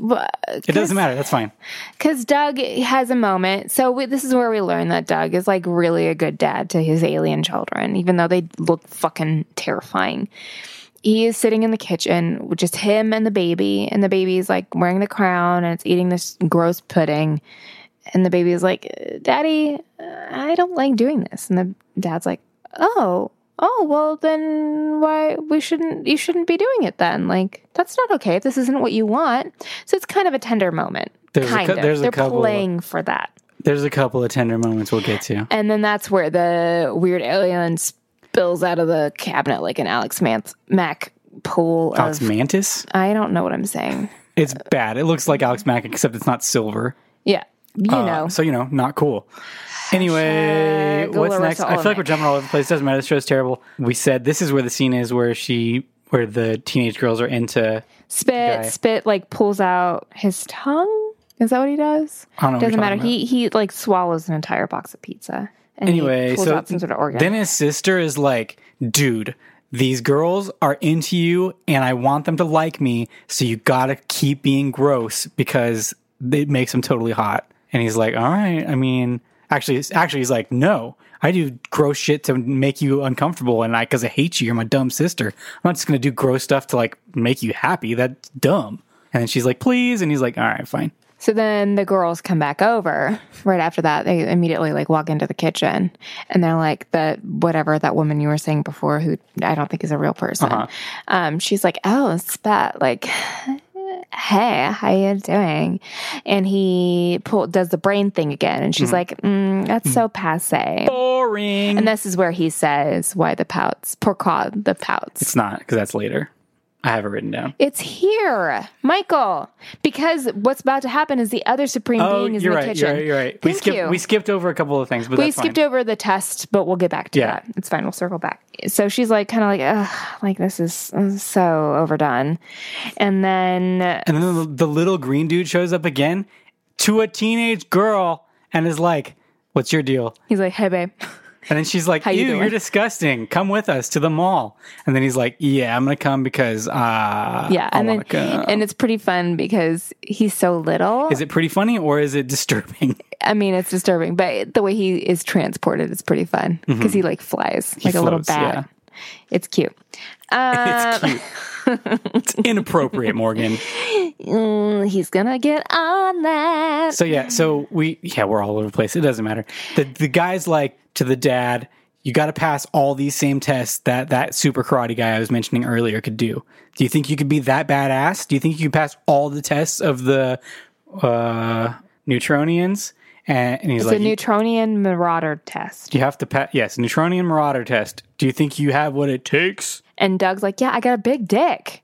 Speaker 1: It doesn't matter. That's fine.
Speaker 2: Because Doug has a moment. So we, this is where we learn that Doug is like really a good dad to his alien children, even though they look fucking terrifying. He is sitting in the kitchen with just him and the baby, and the baby's like wearing the crown and it's eating this gross pudding. uh, And the baby is like, Daddy, I don't like doing this. And the dad's like, oh, oh, well then why we shouldn't you shouldn't be doing it then. Like that's not okay if this isn't what you want. So it's kind of a tender moment.
Speaker 1: There's a
Speaker 2: kind
Speaker 1: cou-
Speaker 2: of.
Speaker 1: there's a
Speaker 2: They're
Speaker 1: couple of-
Speaker 2: playing for that.
Speaker 1: There's a couple of tender moments we'll get to.
Speaker 2: And then that's where the weird alien spills out of the cabinet like an Alex Mant- Mack pool
Speaker 1: Alex
Speaker 2: of
Speaker 1: Mantis?
Speaker 2: I don't know what I'm saying.
Speaker 1: It's bad. It looks like Alex Mack, except it's not silver.
Speaker 2: Yeah. You
Speaker 1: Uh,
Speaker 2: know.
Speaker 1: So, you know, not cool. Anyway,
Speaker 2: Hashtag
Speaker 1: what's
Speaker 2: Larissa
Speaker 1: next? I feel like
Speaker 2: Olenek.
Speaker 1: we're jumping all over the place. Doesn't matter. This show's terrible. We said this is where the scene is where she, where the teenage girls are into,
Speaker 2: spit
Speaker 1: guy.
Speaker 2: spit like pulls out his tongue is that what he does
Speaker 1: I don't know what
Speaker 2: doesn't
Speaker 1: you're
Speaker 2: matter
Speaker 1: talking
Speaker 2: he he like swallows an entire box of pizza and he
Speaker 1: anyway.
Speaker 2: pulls
Speaker 1: so
Speaker 2: out some sort of organ
Speaker 1: then his sister is like, dude, these girls are into you and I want them to like me. So you gotta keep being gross because it makes them totally hot. And he's like, all right. I mean, actually, actually, he's like, no, I do gross shit to make you uncomfortable. And I, cause I hate you. You're my dumb sister. I'm not just gonna do gross stuff to like make you happy. That's dumb. And then she's like, please. And he's like, all right, fine.
Speaker 2: so then the girls come back over right after that they immediately like walk into the kitchen and they're like the whatever that woman you were saying before who i don't think is a real person
Speaker 1: Uh-huh.
Speaker 2: um she's like oh spat like hey how you doing and he pull, does the brain thing again and she's
Speaker 1: Mm-hmm.
Speaker 2: like mm, that's so passe
Speaker 1: Boring.
Speaker 2: And this is where he says why the pouts, pourquoi the pouts.
Speaker 1: it's not, cause that's later. I have it written down.
Speaker 2: It's here, Michael, because what's about to happen is the other supreme being is in
Speaker 1: Oh, you're
Speaker 2: the
Speaker 1: right,
Speaker 2: kitchen.
Speaker 1: You're right. You're right. we
Speaker 2: Thank
Speaker 1: skipped.
Speaker 2: you.
Speaker 1: We skipped over a couple of things, but
Speaker 2: We
Speaker 1: that's
Speaker 2: skipped
Speaker 1: fine.
Speaker 2: over the test, but we'll get back to
Speaker 1: Yeah.
Speaker 2: that. It's fine. We'll circle back. So she's like, kind of like, ugh, like this is so overdone. And then
Speaker 1: and then the, the little green dude shows up again to a teenage girl and is like, "What's your deal?"
Speaker 2: he's like, hey, babe.
Speaker 1: And then she's like,
Speaker 2: How you
Speaker 1: "Ew,
Speaker 2: doing?"
Speaker 1: you're disgusting. Come with us to the mall." And then he's like, "Yeah, I'm gonna come because uh,
Speaker 2: Yeah.
Speaker 1: I
Speaker 2: And then,
Speaker 1: wanna come."
Speaker 2: and it's pretty fun because he's so little.
Speaker 1: Is it pretty funny or is it disturbing?
Speaker 2: I mean, it's disturbing, but the way he is transported is pretty fun because he like flies like a little
Speaker 1: Mm-hmm. floats,
Speaker 2: bat.
Speaker 1: yeah.
Speaker 2: It's cute. Uh,
Speaker 1: it's cute. it's inappropriate, Morgan.
Speaker 2: Mm, he's gonna get on that.
Speaker 1: So yeah, so we yeah, we're all over the place. It doesn't matter. The the guy's like to the dad, you got to pass all these same tests that that super karate guy I was mentioning earlier could do. Do you think you could be that badass? Do you think you could pass all the tests of the uh neutronians? And, and he's
Speaker 2: It's
Speaker 1: like,
Speaker 2: a Neutronian Marauder test.
Speaker 1: you have to pass. Yes, neutronian marauder test. Do you think you have what it takes?
Speaker 2: And Doug's like, Yeah, I got a big dick.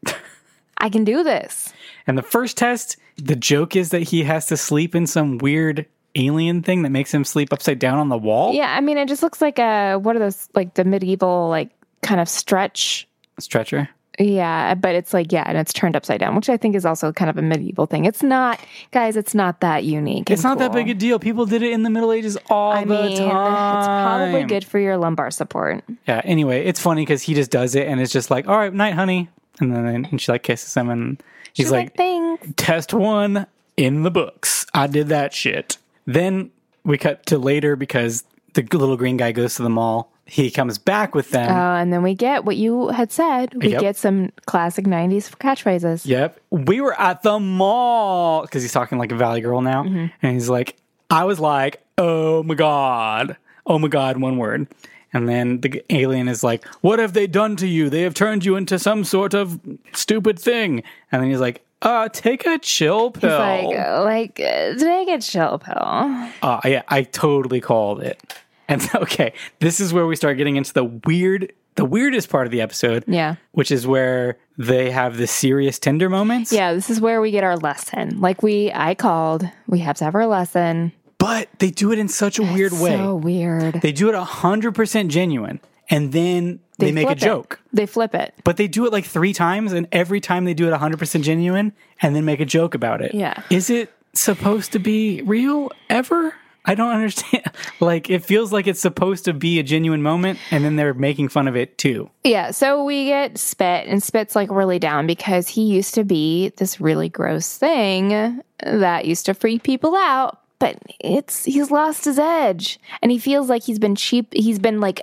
Speaker 2: I can do this.
Speaker 1: And the first test, the joke is that he has to sleep in some weird alien thing that makes him sleep upside down on the wall.
Speaker 2: Yeah, I mean, it just looks like a what are those like the medieval, like kind of stretch.
Speaker 1: Stretcher.
Speaker 2: Yeah, but it's like, yeah, and it's turned upside down, which I think is also kind of a medieval thing. It's not, guys, it's not that unique.
Speaker 1: It's not that big a deal. People did it in the Middle Ages all
Speaker 2: I
Speaker 1: the
Speaker 2: mean,
Speaker 1: time.
Speaker 2: it's probably good for your lumbar support.
Speaker 1: Yeah. Anyway, it's funny because he just does it, and it's just like, "All right, night, honey," and then and she like kisses him, and he's,
Speaker 2: She's
Speaker 1: like,
Speaker 2: like, thanks.
Speaker 1: "Test one in the books. I did that shit." Then we cut to later because the little green guy goes to the mall. He comes back with them.
Speaker 2: Uh, and then we get what you had said. We
Speaker 1: Yep.
Speaker 2: get some classic 90s catchphrases.
Speaker 1: Yep. We were at the mall because he's talking like a Valley girl now.
Speaker 2: Mm-hmm.
Speaker 1: And he's like, I was like, oh my God. Oh my God, one word. And then the g- alien is like, What have they done to you? They have turned you into some sort of stupid thing. And then he's like, uh, take a chill
Speaker 2: He's
Speaker 1: pill.
Speaker 2: like, like, uh, take a chill pill.
Speaker 1: Uh, yeah, I totally called it. And okay, this is where we start getting into the weird, the weirdest part of the episode.
Speaker 2: Yeah.
Speaker 1: Which is where they have the serious tender moments.
Speaker 2: Yeah, this is where we get our lesson. Like we, I called. We have to have our lesson.
Speaker 1: but they do it in such a weird way.
Speaker 2: So weird.
Speaker 1: They do it hundred percent genuine, and then they, make a
Speaker 2: flip it.
Speaker 1: joke.
Speaker 2: They flip it.
Speaker 1: But they do it like three times, and every time they do it hundred percent genuine, and then make a joke about it.
Speaker 2: Yeah.
Speaker 1: is it supposed to be real ever? I don't understand. Like, it feels like it's supposed to be a genuine moment, and then they're making fun of it too.
Speaker 2: Yeah, so we get Spit, and Spit's like really down because he used to be this really gross thing that used to freak people out, but it's he's lost his edge, and he feels like he's been cheap. He's been like,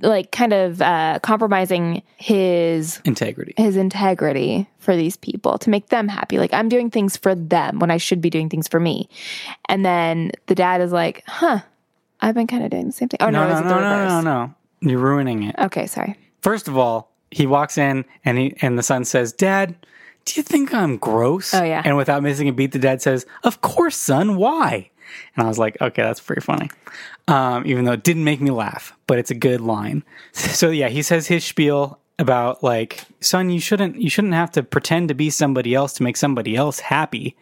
Speaker 2: like kind of uh, compromising his
Speaker 1: Integrity.
Speaker 2: his integrity for these people to make them happy. Like I'm doing things for them when I should be doing things for me, and then the dad is like, "Huh, I've been kind of doing the same thing." Oh no,
Speaker 1: No,
Speaker 2: is
Speaker 1: no,
Speaker 2: it
Speaker 1: no,
Speaker 2: the
Speaker 1: no, no,
Speaker 2: reverse?
Speaker 1: no. You're ruining it.
Speaker 2: Okay, sorry.
Speaker 1: First of all, he walks in and he and the son says, "Dad, do you think I'm gross?"
Speaker 2: Oh, yeah.
Speaker 1: And without missing a beat, the dad says, "Of course, son. Why?" And I was like, "Okay, that's pretty funny," um, even though it didn't make me laugh, but it's a good line. So yeah, he says his spiel about like, "Son, you shouldn't you shouldn't have to pretend to be somebody else to make somebody else happy."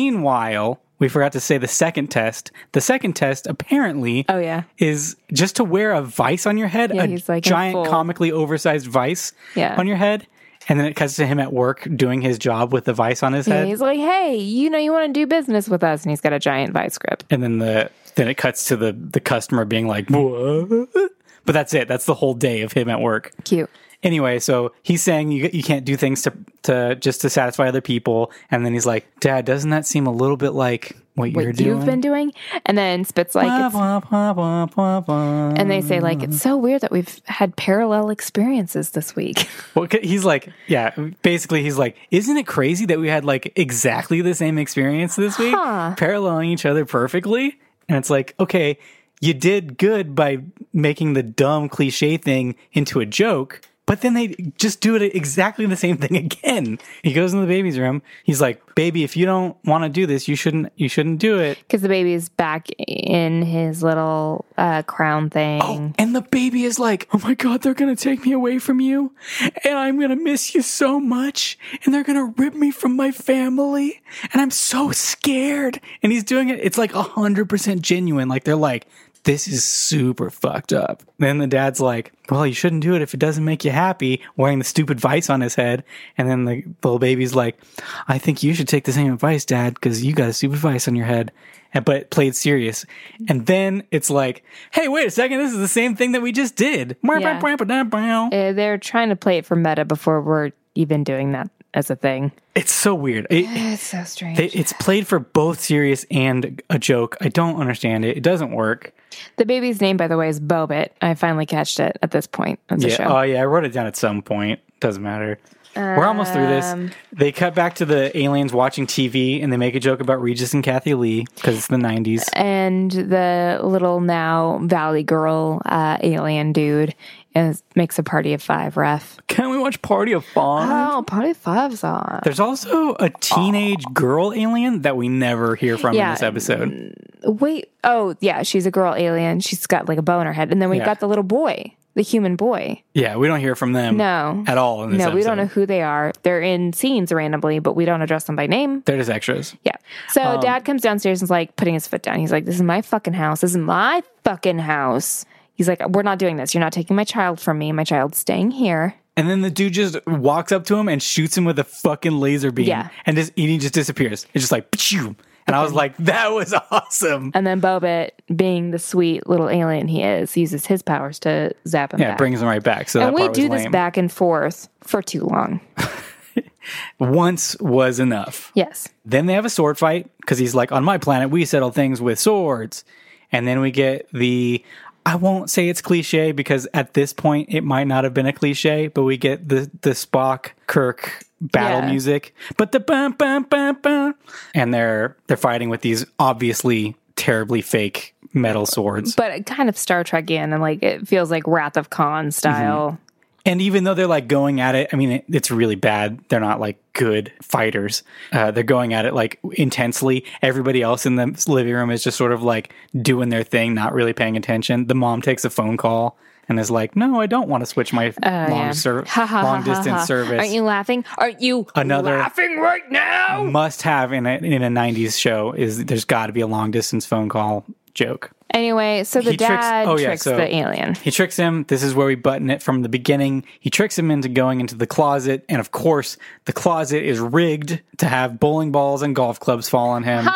Speaker 1: Meanwhile. We forgot to say the second test. The second test apparently
Speaker 2: Oh, yeah.
Speaker 1: is just to wear a vice on your head,
Speaker 2: Yeah,
Speaker 1: a
Speaker 2: he's, like, in
Speaker 1: giant
Speaker 2: full-
Speaker 1: comically oversized vice
Speaker 2: Yeah.
Speaker 1: on your head. And then it cuts to him at work doing his job with the vice on his
Speaker 2: Yeah,
Speaker 1: head.
Speaker 2: he's like, hey, you know, you want to do business with us. And he's got a giant vice grip.
Speaker 1: and then the then it cuts to the the customer being like, "What?" But that's it. That's the whole day of him at work.
Speaker 2: Cute.
Speaker 1: Anyway, so he's saying you you can't do things to to just to satisfy other people. And then he's like, "Dad, doesn't that seem a little bit like what,
Speaker 2: What
Speaker 1: you're
Speaker 2: you've
Speaker 1: doing?"
Speaker 2: been doing. And then Spit's like,
Speaker 1: Wah,
Speaker 2: it's,
Speaker 1: wah, wah, wah, wah, wah.
Speaker 2: and they say, like, it's so weird that we've had parallel experiences this week.
Speaker 1: Well, 'cause he's like, yeah, basically, he's like, isn't it crazy that we had like exactly the same experience this week, paralleling each other perfectly? And it's like, okay, you did good by making the dumb cliche thing into a joke, but then they just do it exactly the same thing again. He goes into the baby's room. He's like, baby, if you don't want to do this, you shouldn't, you shouldn't do it.
Speaker 2: Because the baby's back in his little uh, crown thing.
Speaker 1: Oh, and the baby is like, oh my God, they're going to take me away from you. And I'm going to miss you so much. And they're going to rip me from my family. And I'm so scared. And he's doing it. It's like 100% genuine. Like they're like, this is super fucked up. Then the dad's like, well, you shouldn't do it if it doesn't make you happy, wearing the stupid vice on his head. And then the little baby's like, I think you should take the same advice, dad, because you got a stupid vice on your head and but it played serious. And then it's like, hey, wait a second, this is the same thing that we just did.
Speaker 2: Yeah.
Speaker 1: Oh.
Speaker 2: Uh, they're trying to play it for meta before we're even doing that as a thing.
Speaker 1: It's so weird. It,
Speaker 2: It's so strange.
Speaker 1: it- it's played for both serious and a joke. I don't understand it. It doesn't work.
Speaker 2: the baby's name, by the way, is Bobit. I finally catched it at this point of the
Speaker 1: Yeah.
Speaker 2: show.
Speaker 1: Oh yeah, I wrote it down at some point. Doesn't matter. We're almost through
Speaker 2: Um,
Speaker 1: this. They cut back to the aliens watching TV and they make a joke about Regis and Kathy Lee because it's the
Speaker 2: Uh,
Speaker 1: 90s.
Speaker 2: and the little now Valley Girl uh, alien dude is, makes a party of five ref.
Speaker 1: Can we watch Party of Fawn?
Speaker 2: Oh, party of five's on.
Speaker 1: There's also a teenage girl alien that we never hear from in
Speaker 2: Yeah.
Speaker 1: this episode.
Speaker 2: Wait, oh yeah, she's a girl alien. She's got like a bow in her head, and then we've
Speaker 1: Yeah.
Speaker 2: got the little boy, the human boy.
Speaker 1: Yeah, we don't hear from them
Speaker 2: No,
Speaker 1: at all in this
Speaker 2: no,
Speaker 1: episode.
Speaker 2: we don't know who they are. They're in scenes randomly, but we don't address them by name.
Speaker 1: They're just extras.
Speaker 2: Yeah. So dad comes downstairs and's like putting his foot down. He's like, This is my fucking house. This is my fucking house. He's like, We're not doing this. You're not taking my child from me. My child's staying here.
Speaker 1: And then the dude just walks up to him and shoots him with a fucking laser beam.
Speaker 2: Yeah.
Speaker 1: And just and he just disappears. It's just like pshoo. And I was like, that was awesome.
Speaker 2: And then Bobit, being the sweet little alien he is, uses his powers to zap him
Speaker 1: Yeah,
Speaker 2: back.
Speaker 1: it brings him right back. So
Speaker 2: and
Speaker 1: that
Speaker 2: we
Speaker 1: part
Speaker 2: do
Speaker 1: was
Speaker 2: this
Speaker 1: lame.
Speaker 2: back and forth for too long.
Speaker 1: Once was enough.
Speaker 2: Yes.
Speaker 1: Then they have a sword fight because he's like, on my planet, we settle things with swords. And then we get the, I won't say it's cliche because at this point it might not have been a cliche, but we get the, the Spock Kirk battle
Speaker 2: Yeah.
Speaker 1: music. But the bum, bum, bum, bum. And they're, they're fighting with these obviously terribly fake metal swords.
Speaker 2: But it kind of Star Trek in and like it feels like Wrath of
Speaker 1: Mm-hmm.
Speaker 2: Khan style.
Speaker 1: And even though they're like going at it, I mean, it, it's really bad. They're not like good fighters. Uh, they're going at it like intensely. Everybody else in the living room is just sort of like doing their thing, not really paying attention. The mom takes a phone call and is like, "No, I don't want to switch my long
Speaker 2: Oh, Yeah.
Speaker 1: ser-
Speaker 2: Ha, ha, ha,
Speaker 1: long
Speaker 2: ha,
Speaker 1: distance
Speaker 2: ha.
Speaker 1: service."
Speaker 2: Aren't you laughing? Aren't you
Speaker 1: Another-
Speaker 2: laughing right now?
Speaker 1: Must have in a, in a '90s show is there's got to be a long distance phone call joke.
Speaker 2: Anyway, so the
Speaker 1: He tricks-
Speaker 2: dad
Speaker 1: oh,
Speaker 2: tricks,
Speaker 1: yeah, so-
Speaker 2: the alien.
Speaker 1: He tricks him. This is where we button it from the beginning. He tricks him into going into the closet. And of course, the closet is rigged to have bowling balls and golf clubs fall on him.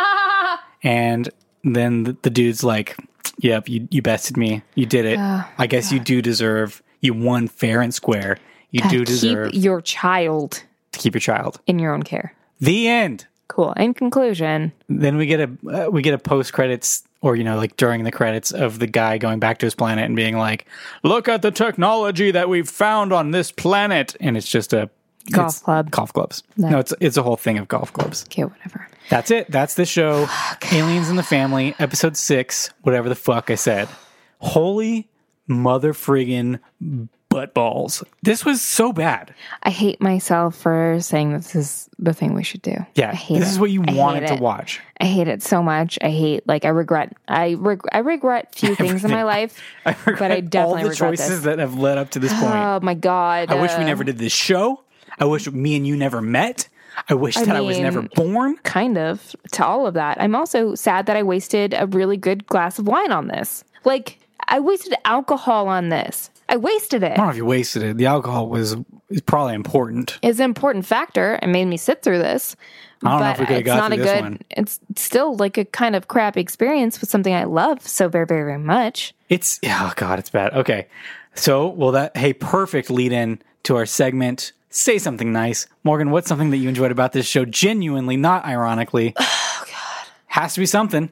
Speaker 1: and then the, the dude's like, Yep, you, you bested me. You did it.
Speaker 2: Oh,
Speaker 1: I guess you do deserve, you won fair and square. You do
Speaker 2: Keep
Speaker 1: deserve
Speaker 2: your child
Speaker 1: to keep your child.
Speaker 2: in your own care.
Speaker 1: The end.
Speaker 2: Cool. In conclusion,
Speaker 1: Then we get a uh, we get a post credits or you know like during the credits of the guy going back to his planet and being like, "Look at the technology that we've found on this planet," and it's just a
Speaker 2: Golf
Speaker 1: it's
Speaker 2: club.
Speaker 1: golf clubs. No, it's it's a whole thing of golf clubs.
Speaker 2: okay, whatever.
Speaker 1: That's it. That's the show.
Speaker 2: Oh,
Speaker 1: Aliens in the Family, episode six, whatever the fuck I said. Holy mother friggin' butt balls. This was so bad.
Speaker 2: I hate myself for saying this is the thing we should do.
Speaker 1: Yeah,
Speaker 2: I
Speaker 1: this
Speaker 2: hate
Speaker 1: is
Speaker 2: it.
Speaker 1: what you
Speaker 2: I hate
Speaker 1: wanted to
Speaker 2: it.
Speaker 1: watch.
Speaker 2: I hate it so much. I hate like I regret. I reg- I regret few things in my
Speaker 1: Everything.
Speaker 2: life,
Speaker 1: I
Speaker 2: but I
Speaker 1: regret
Speaker 2: definitely
Speaker 1: all the
Speaker 2: regret
Speaker 1: choices
Speaker 2: this.
Speaker 1: that have led up to this point.
Speaker 2: Oh my god!
Speaker 1: I wish we
Speaker 2: uh,
Speaker 1: never did this show. I wish me and you never met. I wish that I was
Speaker 2: mean-
Speaker 1: never born.
Speaker 2: Kind of to all of that. I'm also sad that I wasted a really good glass of wine on this. Like I wasted alcohol on this. I wasted it.
Speaker 1: I don't know if you wasted it. The alcohol was is probably important.
Speaker 2: It's an important factor. It made me sit through this.
Speaker 1: I don't know if we
Speaker 2: but
Speaker 1: could have
Speaker 2: it's
Speaker 1: got
Speaker 2: not a
Speaker 1: through this
Speaker 2: good.
Speaker 1: one.
Speaker 2: It's still like a kind of crap experience with something I love so very very very much.
Speaker 1: It's oh god, it's bad. Okay, so well that hey, perfect lead in to our segment. Say something nice, Morgan. What's something that you enjoyed about this show? Genuinely, not ironically. Oh god, has to be something.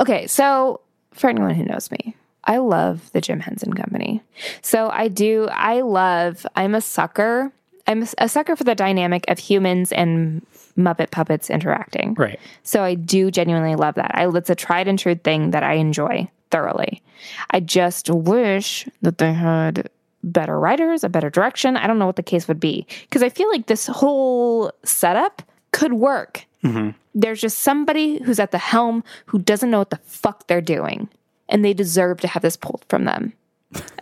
Speaker 2: Okay, so for anyone who knows me, I love the Jim Henson Company. So I do, I love, I'm a sucker. I'm a sucker for the dynamic of humans and Muppet puppets interacting.
Speaker 1: Right.
Speaker 2: So I do genuinely love that. I, it's a tried and true thing that I enjoy thoroughly. I just wish that they had better writers, a better direction. I don't know what the case would be because I feel like this whole setup could work.
Speaker 1: Mm-hmm.
Speaker 2: There's just somebody who's at the helm who doesn't know what the fuck they're doing, and they deserve to have this pulled from them.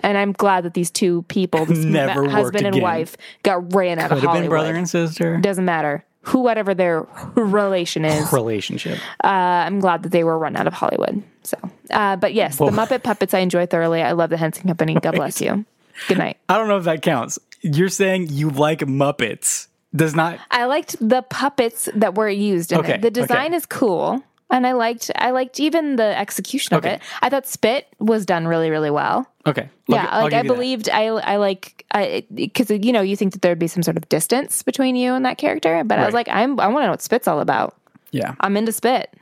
Speaker 2: And I'm glad that these two people, this
Speaker 1: Never worked
Speaker 2: husband and
Speaker 1: again.
Speaker 2: wife, got ran out
Speaker 1: Could
Speaker 2: of
Speaker 1: have
Speaker 2: Hollywood.
Speaker 1: been brother and sister
Speaker 2: Doesn't matter who, whatever their relation is.
Speaker 1: relationship.
Speaker 2: I'm glad that they were run out of Hollywood. So, uh, but yes, the Muppet Puppets I enjoy thoroughly. I love the Henson Company. God bless you. Good night.
Speaker 1: I don't know if that counts. You're saying you like Muppets. Does not
Speaker 2: I liked the puppets that were used. In
Speaker 1: Okay,
Speaker 2: it. The design
Speaker 1: okay.
Speaker 2: is cool, and I liked I liked even the execution of
Speaker 1: Okay.
Speaker 2: it. I thought Spit was done really, really well.
Speaker 1: okay.
Speaker 2: yeah, like I believed I I like I because you know you think that there'd be some sort of distance between you and that character, but I was
Speaker 1: Right.
Speaker 2: like I'm I want to know what Spit's all about.
Speaker 1: Yeah,
Speaker 2: I'm into Spit.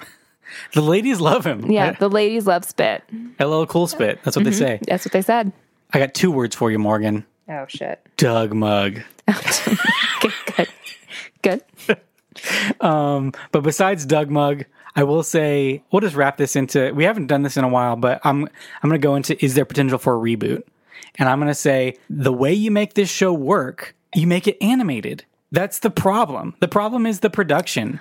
Speaker 1: the ladies love him.
Speaker 2: Yeah, Mm-hmm.
Speaker 1: I-
Speaker 2: the ladies love Spit.
Speaker 1: LL Cool Spit. That's what they say.
Speaker 2: That's what they said.
Speaker 1: I got two words for you, Morgan.
Speaker 2: Oh shit.
Speaker 1: Doug mug.
Speaker 2: Okay, good. Good.
Speaker 1: But besides Doug Mug, I will say we'll just wrap this into. We haven't done this in a while, but I'm I'm going to go into is there potential for a reboot? And I'm going to say the way you make this show work, you make it animated. That's the problem. The problem is the production.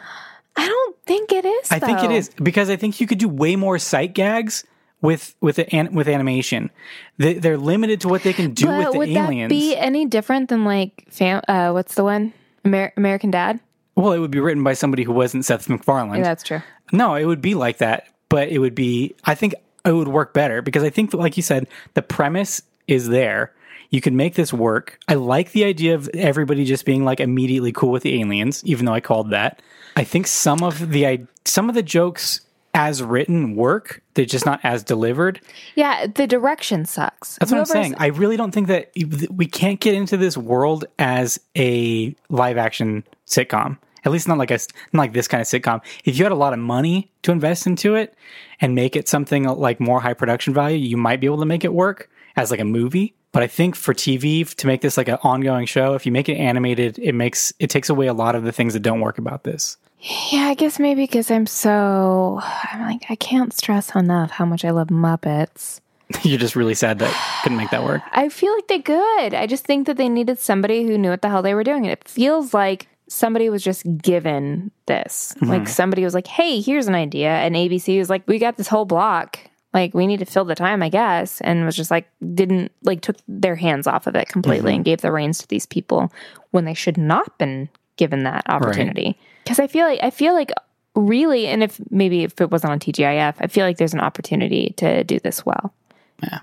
Speaker 2: I don't think it is.
Speaker 1: I think it
Speaker 2: though.
Speaker 1: is because I think you could do way more sight gags with with the an, with animation. They, they're limited to what they can do
Speaker 2: But
Speaker 1: with the
Speaker 2: would
Speaker 1: aliens.
Speaker 2: that be any different than like fam- uh, what's the one Amer- American Dad?
Speaker 1: well, it would be written by somebody who wasn't Seth MacFarlane.
Speaker 2: Yeah, that's true.
Speaker 1: No, it would be like that, but it would be. I think it would work better because I think, that, like you said, the premise is there. You can make this work. I like the idea of everybody just being like immediately cool with the aliens, even though I called that. I think some of the i- some of the jokes as written work; they're just not as delivered.
Speaker 2: Yeah, the direction sucks.
Speaker 1: That's what I'm
Speaker 2: Whoever's-
Speaker 1: saying. I really don't think that we can't get into this world as a live action sitcom. At least not like a not like this kind of sitcom. If you had a lot of money to invest into it and make it something like more high production value, you might be able to make it work as like a movie. But I think for TV to make this like an ongoing show, if you make it animated, it makes it takes away a lot of the things that don't work about this.
Speaker 2: Yeah, I guess maybe because I'm so I'm like I can't stress enough how much I love Muppets.
Speaker 1: You're just really sad that couldn't make that work.
Speaker 2: I feel like they could. I just think that they needed somebody who knew what the hell they were doing. And it feels like somebody was just given this. Like somebody was like, hey, here's an idea. And ABC was like, we got this whole block. Like, we need to fill the time, I guess. And was just like, didn't, like, took their hands off of it completely and gave the reins to these people when they should not been given that opportunity. Because I feel like, I feel like, really, and if maybe if it wasn't on TGIF, I feel like there's an opportunity to do this well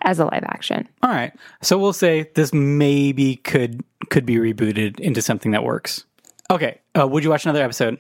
Speaker 2: as a live action.
Speaker 1: All right. So we'll say this maybe could could be rebooted into something that works. Okay. Uh, would you watch another episode?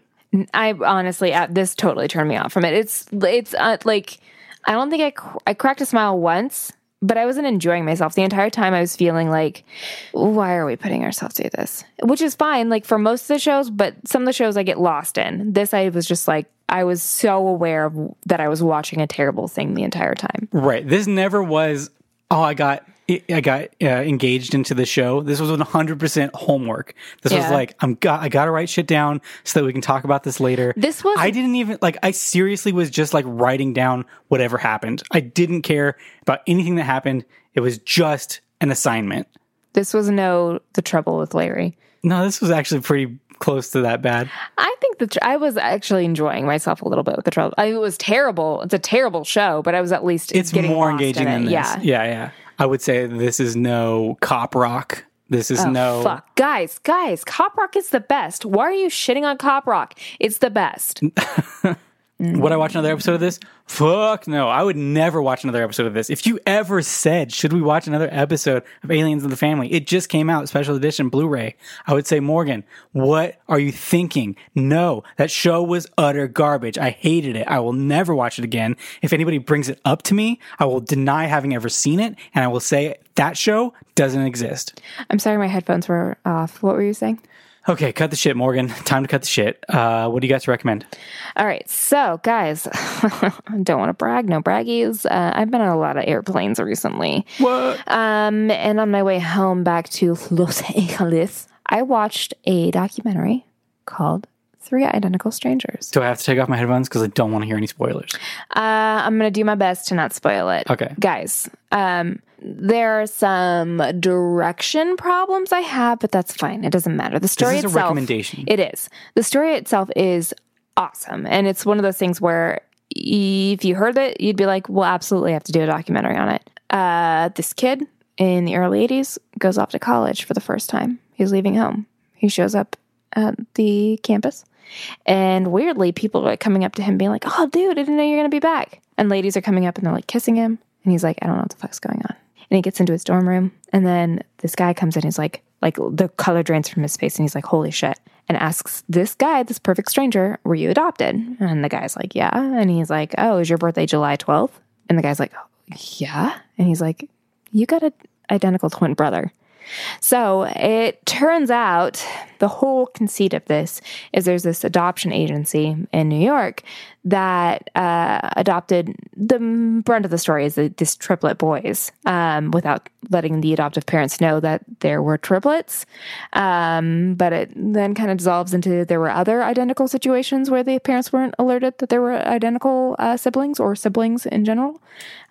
Speaker 2: I honestly, uh, this totally turned me off from it. It's it's uh, like I don't think I cr- I cracked a smile once, but I wasn't enjoying myself the entire time. I was feeling like, why are we putting ourselves through this? Which is fine, like for most of the shows, but some of the shows I get lost in. This I was just like I was so aware of that I was watching a terrible thing the entire time.
Speaker 1: Right. This never was. Oh, I got I I got uh, engaged into the show. This was 100% homework. This was
Speaker 2: Yeah.
Speaker 1: like I'm got I got to write shit down so that we can talk about this later.
Speaker 2: This was-
Speaker 1: I didn't even like I seriously was just like writing down whatever happened. I didn't care about anything that happened. It was just an assignment.
Speaker 2: This was no the trouble with Larry.
Speaker 1: No, this was actually pretty close to that bad.
Speaker 2: I think that I was actually enjoying myself a little bit with the trouble. I, it was terrible. It's a terrible show, but I was at least
Speaker 1: It's
Speaker 2: getting
Speaker 1: more
Speaker 2: lost in
Speaker 1: engaging
Speaker 2: it.
Speaker 1: than this.
Speaker 2: Yeah.
Speaker 1: yeah, yeah. I would say this is no cop rock. This is no
Speaker 2: Oh, Fuck, guys, guys, Cop Rock is the best. Why are you shitting on Cop Rock? It's the best.
Speaker 1: Would I watch another episode of this? Fuck no. I would never watch another episode of this. If you ever said, should we watch another episode of Aliens in the Family? It just came out, special edition Blu ray. I would say, Morgan, what are you thinking? No, that show was utter garbage. I hated it. I will never watch it again. If anybody brings it up to me, I will deny having ever seen it. And I will say, that show doesn't exist.
Speaker 2: I'm sorry, my headphones were off. What were you saying?
Speaker 1: Okay, cut the shit, Morgan. Time to cut the shit. Uh, what do you guys recommend?
Speaker 2: All right, so guys, I don't want to brag, no braggies. Uh, I've been on a lot of airplanes recently.
Speaker 1: What?
Speaker 2: Um, and on my way home back to Los Angeles, I watched a documentary called Three Identical Strangers.
Speaker 1: Do I have to take off my headphones? Because I don't want to hear any spoilers.
Speaker 2: Uh, I'm gonna do my best to not spoil it.
Speaker 1: Okay.
Speaker 2: guys. Um, there are some direction problems I have, but that's fine. It doesn't matter. The story
Speaker 1: is a
Speaker 2: itself,
Speaker 1: recommendation.
Speaker 2: It is. The story itself is awesome, and it's one of those things where if you heard it, you'd be like, "We'll absolutely have to do a documentary on it." Uh, this kid in the early '80s goes off to college for the first time. He's leaving home. He shows up at the campus. And weirdly, people are coming up to him being like, Oh, dude, I didn't know you're going to be back. And ladies are coming up and they're like kissing him. And he's like, I don't know what the fuck's going on. And he gets into his dorm room. And then this guy comes in. He's like, like the color drains from his face. And he's like, holy shit. And asks this guy, this perfect stranger, were you adopted? And the guy's like, yeah. And he's like, oh, is your birthday July 12th? And the guy's like, "Oh, yeah. And he's like, you got an identical twin brother. So it turns out the whole conceit of this is there's this adoption agency in New York that uh, adopted the brunt of the story is that this triplet boys um, without letting the adoptive parents know that there were triplets. Um, but it then kind of dissolves into there were other identical situations where the parents weren't alerted that there were identical uh, siblings or siblings in general.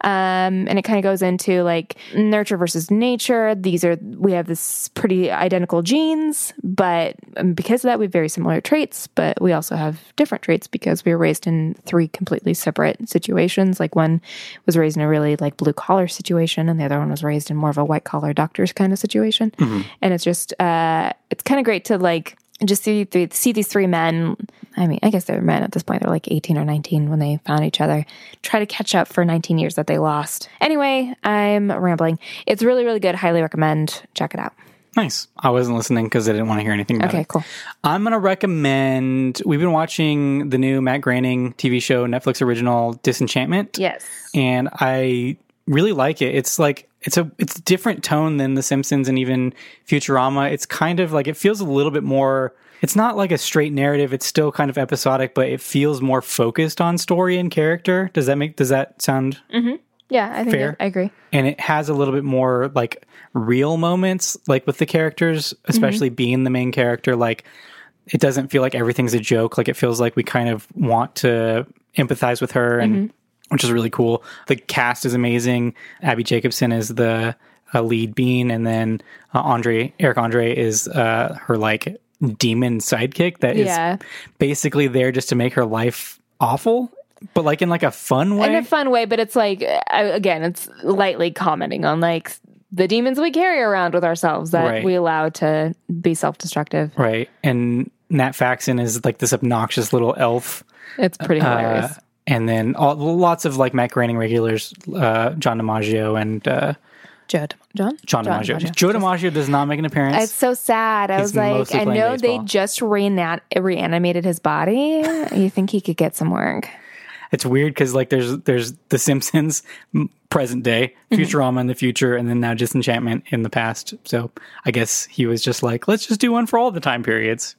Speaker 2: Um, and it kind of goes into like nurture versus nature. These are, we have this pretty identical genes, but um, because of that, we have very similar traits, but we also have different traits because we were raised in three completely separate situations. Like one was raised in a really like blue collar situation, and the other one was raised in more of a white collar doctor's kind of situation. And it's just, uh, it's kind of great to like, just see th- see these three men. I mean, I guess they're men at this point. They're like eighteen or nineteen when they found each other. Try to catch up for nineteen years that they lost. Anyway, I'm rambling. It's really really good. Highly recommend. Check it out.
Speaker 1: Nice. I wasn't listening because I didn't want to hear anything. About
Speaker 2: Okay,
Speaker 1: it.
Speaker 2: cool.
Speaker 1: I'm gonna recommend. We've been watching the new Matt Groening TV show, Netflix original Disenchantment.
Speaker 2: Yes.
Speaker 1: and I really like it. It's like it's a it's a different tone than The Simpsons and even Futurama. It's kind of like it feels a little bit more. It's not like a straight narrative. It's still kind of episodic, but it feels more focused on story and character. Does that make? Does that sound
Speaker 2: Yeah, I think
Speaker 1: Fair.
Speaker 2: I, I agree.
Speaker 1: and it has a little bit more like real moments like with the characters especially being the main character like it doesn't feel like everything's a joke like it feels like we kind of want to empathize with her and which is really cool the cast is amazing abby jacobson is the uh, lead bean and then uh, andre eric andre is uh, her like demon sidekick that is
Speaker 2: Yeah.
Speaker 1: basically there just to make her life awful but like in like a fun way
Speaker 2: In a fun way, but it's like I, again, it's lightly commenting on like the demons we carry around with ourselves that
Speaker 1: Right.
Speaker 2: we allow to be self-destructive.
Speaker 1: Right. And Nat Faxon is like this obnoxious little elf.
Speaker 2: It's pretty hilarious.
Speaker 1: Uh, and then all, lots of like Matt Groening regulars, uh, John DiMaggio and uh,
Speaker 2: Joe, John,
Speaker 1: John, DiMaggio. Joe DiMaggio does not make an appearance.
Speaker 2: It's so sad. I
Speaker 1: He's
Speaker 2: was like,
Speaker 1: mostly
Speaker 2: I
Speaker 1: playing
Speaker 2: know
Speaker 1: baseball.
Speaker 2: they just reanat- reanimated his body. you think he could get some work?
Speaker 1: it's weird because like there's there's The Simpsons m- present day, Futurama in the future, and then now Disenchantment in the past. So I guess he was just like, let's just do one for all the time periods.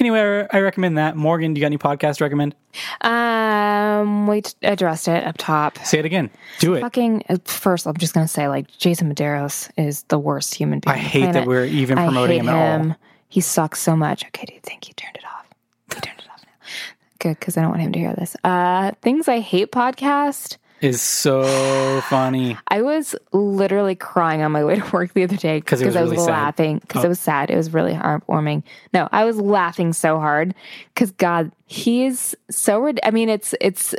Speaker 1: Anyway, I recommend that. Morgan, do you got any podcast to recommend?
Speaker 5: Um, we t- addressed it up top.
Speaker 1: Say it again. Do it.
Speaker 5: Fucking uh, first, I'm just gonna say like Jason Medeiros is the worst human being.
Speaker 1: I
Speaker 5: on the
Speaker 1: hate that
Speaker 5: planet.
Speaker 1: we're even
Speaker 5: I
Speaker 1: promoting him
Speaker 5: hate
Speaker 1: at all.
Speaker 5: He sucks so much. Okay, dude, thank you. Turned it off. You turned it off now. Good, because I don't want him to hear this. Uh, things I hate podcast.
Speaker 1: Is so funny.
Speaker 5: I was literally crying on my way to work the other day
Speaker 1: 'Cause it was
Speaker 5: I was
Speaker 1: really sad. Oh.
Speaker 5: laughing because it was sad. It was really heartwarming. No, I was laughing so hard because God, he is so. rid- I mean, it's it's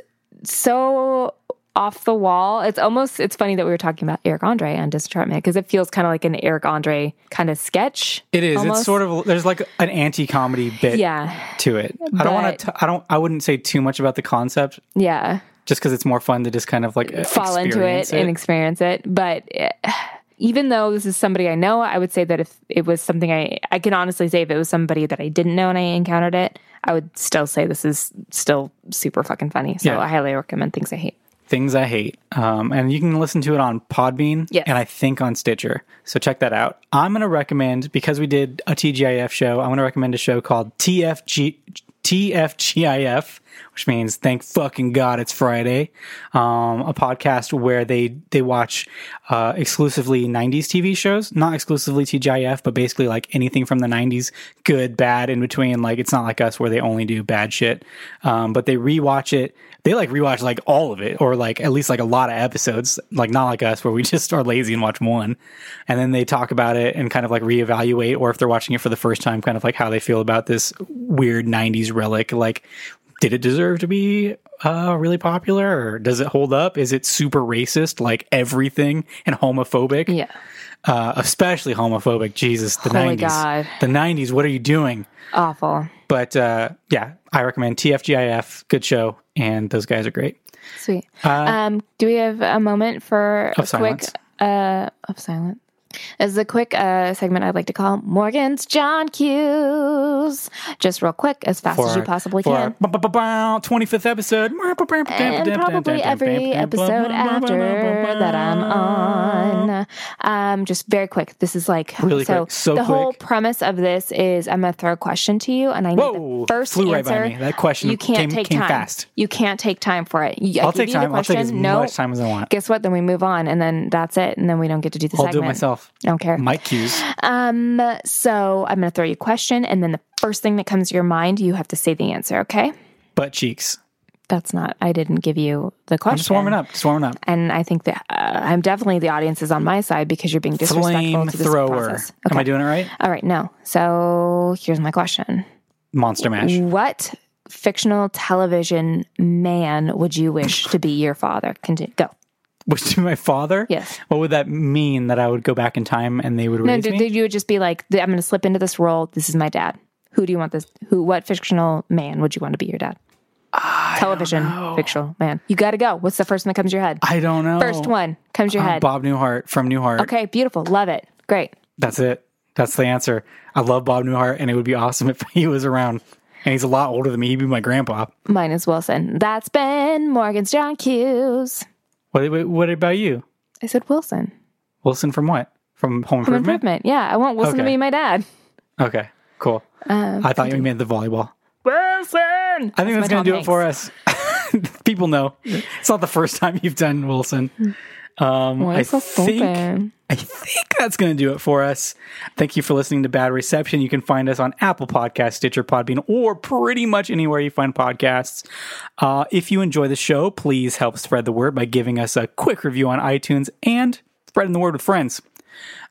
Speaker 5: so off the wall. It's almost. It's funny that we were talking about Eric Andre on Disenchantment because it feels kind of like an Eric Andre kind of sketch.
Speaker 1: It is. It's
Speaker 5: almost.
Speaker 1: sort of there's like an anti-comedy bit
Speaker 5: Yeah,
Speaker 1: to it. I don't want
Speaker 5: But-
Speaker 1: to. I don't. I wouldn't say too much about the concept,
Speaker 5: yeah.
Speaker 1: just because it's more fun to just kind of like
Speaker 5: fall into
Speaker 1: experience
Speaker 5: it, and experience it. But eh, even though this is somebody I know, I would say that if it was something I, I can honestly say if it was somebody that I didn't know and I encountered it, I would still say this is still super fucking funny. So
Speaker 1: Yeah.
Speaker 5: I highly recommend Things I Hate.
Speaker 1: Things I hate. Um, and you can listen to it on Podbean
Speaker 5: Yes.
Speaker 1: and I think on Stitcher. So check that out. I'm going to recommend, because we did a TGIF show, I'm going to recommend a show called TFG, TFGIF, which means thank fucking God it's Friday. Um, a podcast where they, they watch uh, exclusively 90s TV shows, not exclusively TGIF, but basically like anything from the 90s, good, bad, in between. Like it's not like us where they only do bad shit. Um, but they rewatch it they like rewatch like all of it or like at least like a lot of episodes like not like us where we just are lazy and watch one and then they talk about it and kind of like reevaluate or if they're watching it for the first time kind of like how they feel about this weird 90s relic like did it deserve to be uh really popular or does it hold up is it super racist like everything and homophobic
Speaker 5: Yeah.
Speaker 1: uh especially homophobic jesus the
Speaker 5: Holy
Speaker 1: 90s
Speaker 5: God.
Speaker 1: the 90s what are you doing
Speaker 5: Awful.
Speaker 1: but uh yeah i recommend tfgif good show and those guys are great
Speaker 5: Sweet. um, do we have a moment for a
Speaker 1: Of silence.
Speaker 5: quick uh of silence? This is a quick uh, segment I'd like to call Morgan's John Q's. Just real quick, as fast as you possibly
Speaker 1: for
Speaker 5: can.
Speaker 1: our 25th episode.
Speaker 5: and probably every episode after that I'm on. Um, just very quick. This is like
Speaker 1: Really
Speaker 5: so.
Speaker 1: quick. So
Speaker 5: the whole
Speaker 1: quick.
Speaker 5: premise of this is I'm gonna throw a question to you, and I need
Speaker 1: Whoa,
Speaker 5: the first
Speaker 1: flew right
Speaker 5: answer.
Speaker 1: by me. That question
Speaker 5: you can't
Speaker 1: came-
Speaker 5: take
Speaker 1: came
Speaker 5: time.
Speaker 1: fast.
Speaker 5: You can't take time for it. You- I
Speaker 1: I'll
Speaker 5: give
Speaker 1: take
Speaker 5: you the
Speaker 1: time. I'll take as
Speaker 5: question. No.
Speaker 1: much time as I want.
Speaker 5: Guess what? Then we move on, and then that's it, and then we don't get to do the
Speaker 1: I'll do
Speaker 5: segment.
Speaker 1: it myself.
Speaker 5: I don't care.
Speaker 1: Mic cues.
Speaker 5: Um, so I'm gonna throw you a question, and then the first thing that comes to your mind, you have to say the answer. Okay?
Speaker 1: Butt cheeks.
Speaker 5: That's not. I didn't give you the question.
Speaker 1: I'm just warming up. Just warming up.
Speaker 5: And I think that uh, I'm definitely the audience is on my side because you're being disrespectful
Speaker 1: Flame
Speaker 5: to this
Speaker 1: thrower.
Speaker 5: process.
Speaker 1: Am I doing it right?
Speaker 5: All right, no. So here's my question:
Speaker 1: Monster mash.
Speaker 5: What fictional television man would you wish to be your father? Continue. Go.
Speaker 1: Which to my father?
Speaker 5: Yes.
Speaker 1: What would that mean that I would go back in time and they would
Speaker 5: No,
Speaker 1: raise
Speaker 5: dude,
Speaker 1: me?
Speaker 5: dude, you would just be like, I'm going to slip into this role. This is my dad. Who do you want this? Who? What fictional man would you want to be your dad? television fictional man. You got to go. What's the first one that comes to your head?
Speaker 1: I don't know.
Speaker 5: First one comes to your
Speaker 1: I'm
Speaker 5: head.
Speaker 1: Um, Bob Newhart from Newhart.
Speaker 5: Okay, beautiful. Love it. Great.
Speaker 1: That's it. That's the answer. I love Bob Newhart, and it would be awesome if he was around. And he's a lot older than me. He'd be my grandpa.
Speaker 5: Mine is Wilson. That's Ben Morgan's John Hughes.
Speaker 1: What, what, what about you?
Speaker 5: I said Wilson.
Speaker 1: Wilson from what? From Home
Speaker 5: Home
Speaker 1: Improvement?
Speaker 5: improvement. Yeah, I want Wilson to
Speaker 1: Okay.
Speaker 5: be my dad.
Speaker 1: Okay, cool. I thought you meant the volleyball.
Speaker 5: Wilson.
Speaker 1: I think that's,
Speaker 5: Um, my
Speaker 1: going to do
Speaker 5: Tom
Speaker 1: it for us. People know. It's not the first time you've done Wilson. Um, I
Speaker 5: Why so
Speaker 1: think
Speaker 5: stupid?
Speaker 1: I think that's going to do it for us. Thank you for listening to Bad Reception. You can find us on Apple Podcasts, Stitcher, Podbean, or pretty much anywhere you find podcasts. Uh, if you enjoy the show, please help spread the word by giving us a quick review on iTunes and spreading the word with friends.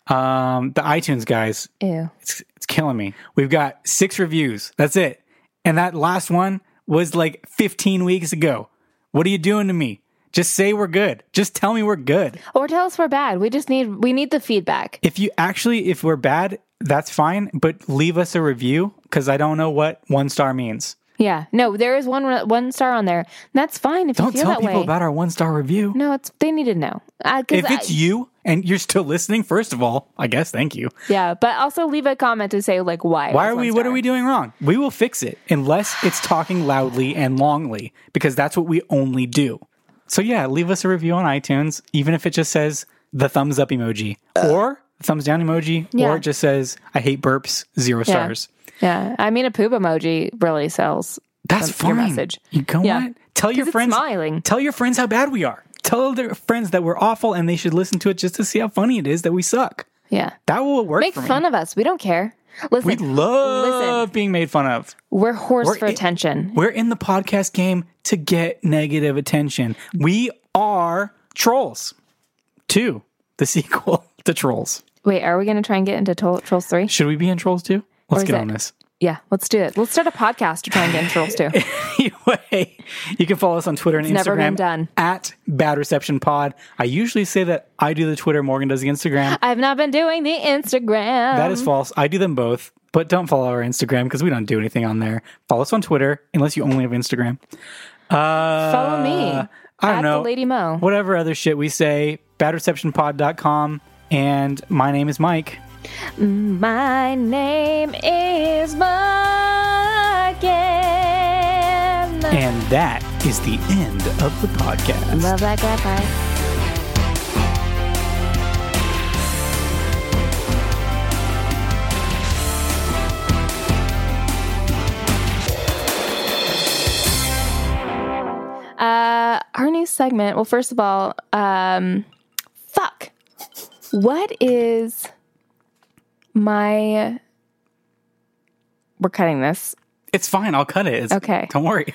Speaker 1: Um, the iTunes guys,
Speaker 5: Ew.
Speaker 1: it's, it's killing me. We've got six reviews. That's it. And that last one was like 15 weeks ago. What are you doing to me? Just say we're good. Just tell me we're good.
Speaker 5: Or tell us we're bad. We just need we need the feedback.
Speaker 1: If you actually, if we're bad, that's fine, but leave us a review because I don't know what one star means.
Speaker 5: Yeah. No, there is one re- one star on there. That's fine if you
Speaker 1: Don't
Speaker 5: feel
Speaker 1: tell
Speaker 5: that
Speaker 1: people
Speaker 5: way.
Speaker 1: about our one star review.
Speaker 5: no, it's they need to know. Uh, 'cause
Speaker 1: If it's
Speaker 5: I-
Speaker 1: you and you're still listening, first of all, I guess thank you.
Speaker 5: yeah, but also leave a comment to say like why. it
Speaker 1: Why
Speaker 5: was
Speaker 1: are
Speaker 5: one
Speaker 1: we, what are
Speaker 5: star.
Speaker 1: we doing wrong? We will fix it unless it's talking loudly and longly because that's what we only do. So yeah, leave us a review on iTunes, even if it just says the thumbs up emoji or thumbs down emoji,
Speaker 5: Yeah.
Speaker 1: or it just says I hate burps, zero
Speaker 5: Yeah.
Speaker 1: stars.
Speaker 5: Yeah. I mean, a poop emoji really sells.
Speaker 1: That's
Speaker 5: That's your
Speaker 1: fine.
Speaker 5: message.
Speaker 1: You go
Speaker 5: Yeah.
Speaker 1: on. Tell your
Speaker 5: it's
Speaker 1: friends.
Speaker 5: smiling.
Speaker 1: Tell your friends how bad we are. Tell their friends that we're awful and they should listen to it just to see how funny it is that we suck.
Speaker 5: Yeah.
Speaker 1: That will work.
Speaker 5: Make
Speaker 1: for me.
Speaker 5: fun of us. We don't care. Listen,
Speaker 1: We love being made fun of.
Speaker 5: we're hoarse
Speaker 1: We're
Speaker 5: for
Speaker 1: i-
Speaker 5: attention.
Speaker 1: We're in the podcast game to get negative attention. We are trolls. Two, the sequel to Trolls.
Speaker 5: Wait, are we going to try and get into Tol- Trolls 3?
Speaker 1: Should we be in Trolls too? Let's
Speaker 5: is
Speaker 1: get
Speaker 5: it-
Speaker 1: on this.
Speaker 5: Yeah, let's do it. Let's start a podcast to try and get into Trolls 2.
Speaker 1: anyway, you can follow us on Twitter and
Speaker 5: It's
Speaker 1: Instagram
Speaker 5: never been done.
Speaker 1: at Bad Reception Pod. I usually say that I do the Twitter, Morgan does the Instagram.
Speaker 5: I've not been doing the Instagram.
Speaker 1: That is false. I do them both, but don't follow our Instagram because we don't do anything on there. Follow us on Twitter unless you only have Instagram. Uh,
Speaker 5: Follow me.
Speaker 1: I don't
Speaker 5: at
Speaker 1: know.
Speaker 5: The Lady Mo.
Speaker 1: Whatever other shit we say, badreceptionpod.com. And my name is Mike.
Speaker 5: My name is Morgan.
Speaker 1: And that is the end of the podcast.
Speaker 5: Love that guy. Bye. Uh, our new segment. Well, first of all, um, fuck. What is my? We're cutting this.
Speaker 1: It's fine. I'll cut it. It's,
Speaker 5: Okay.
Speaker 1: Don't worry.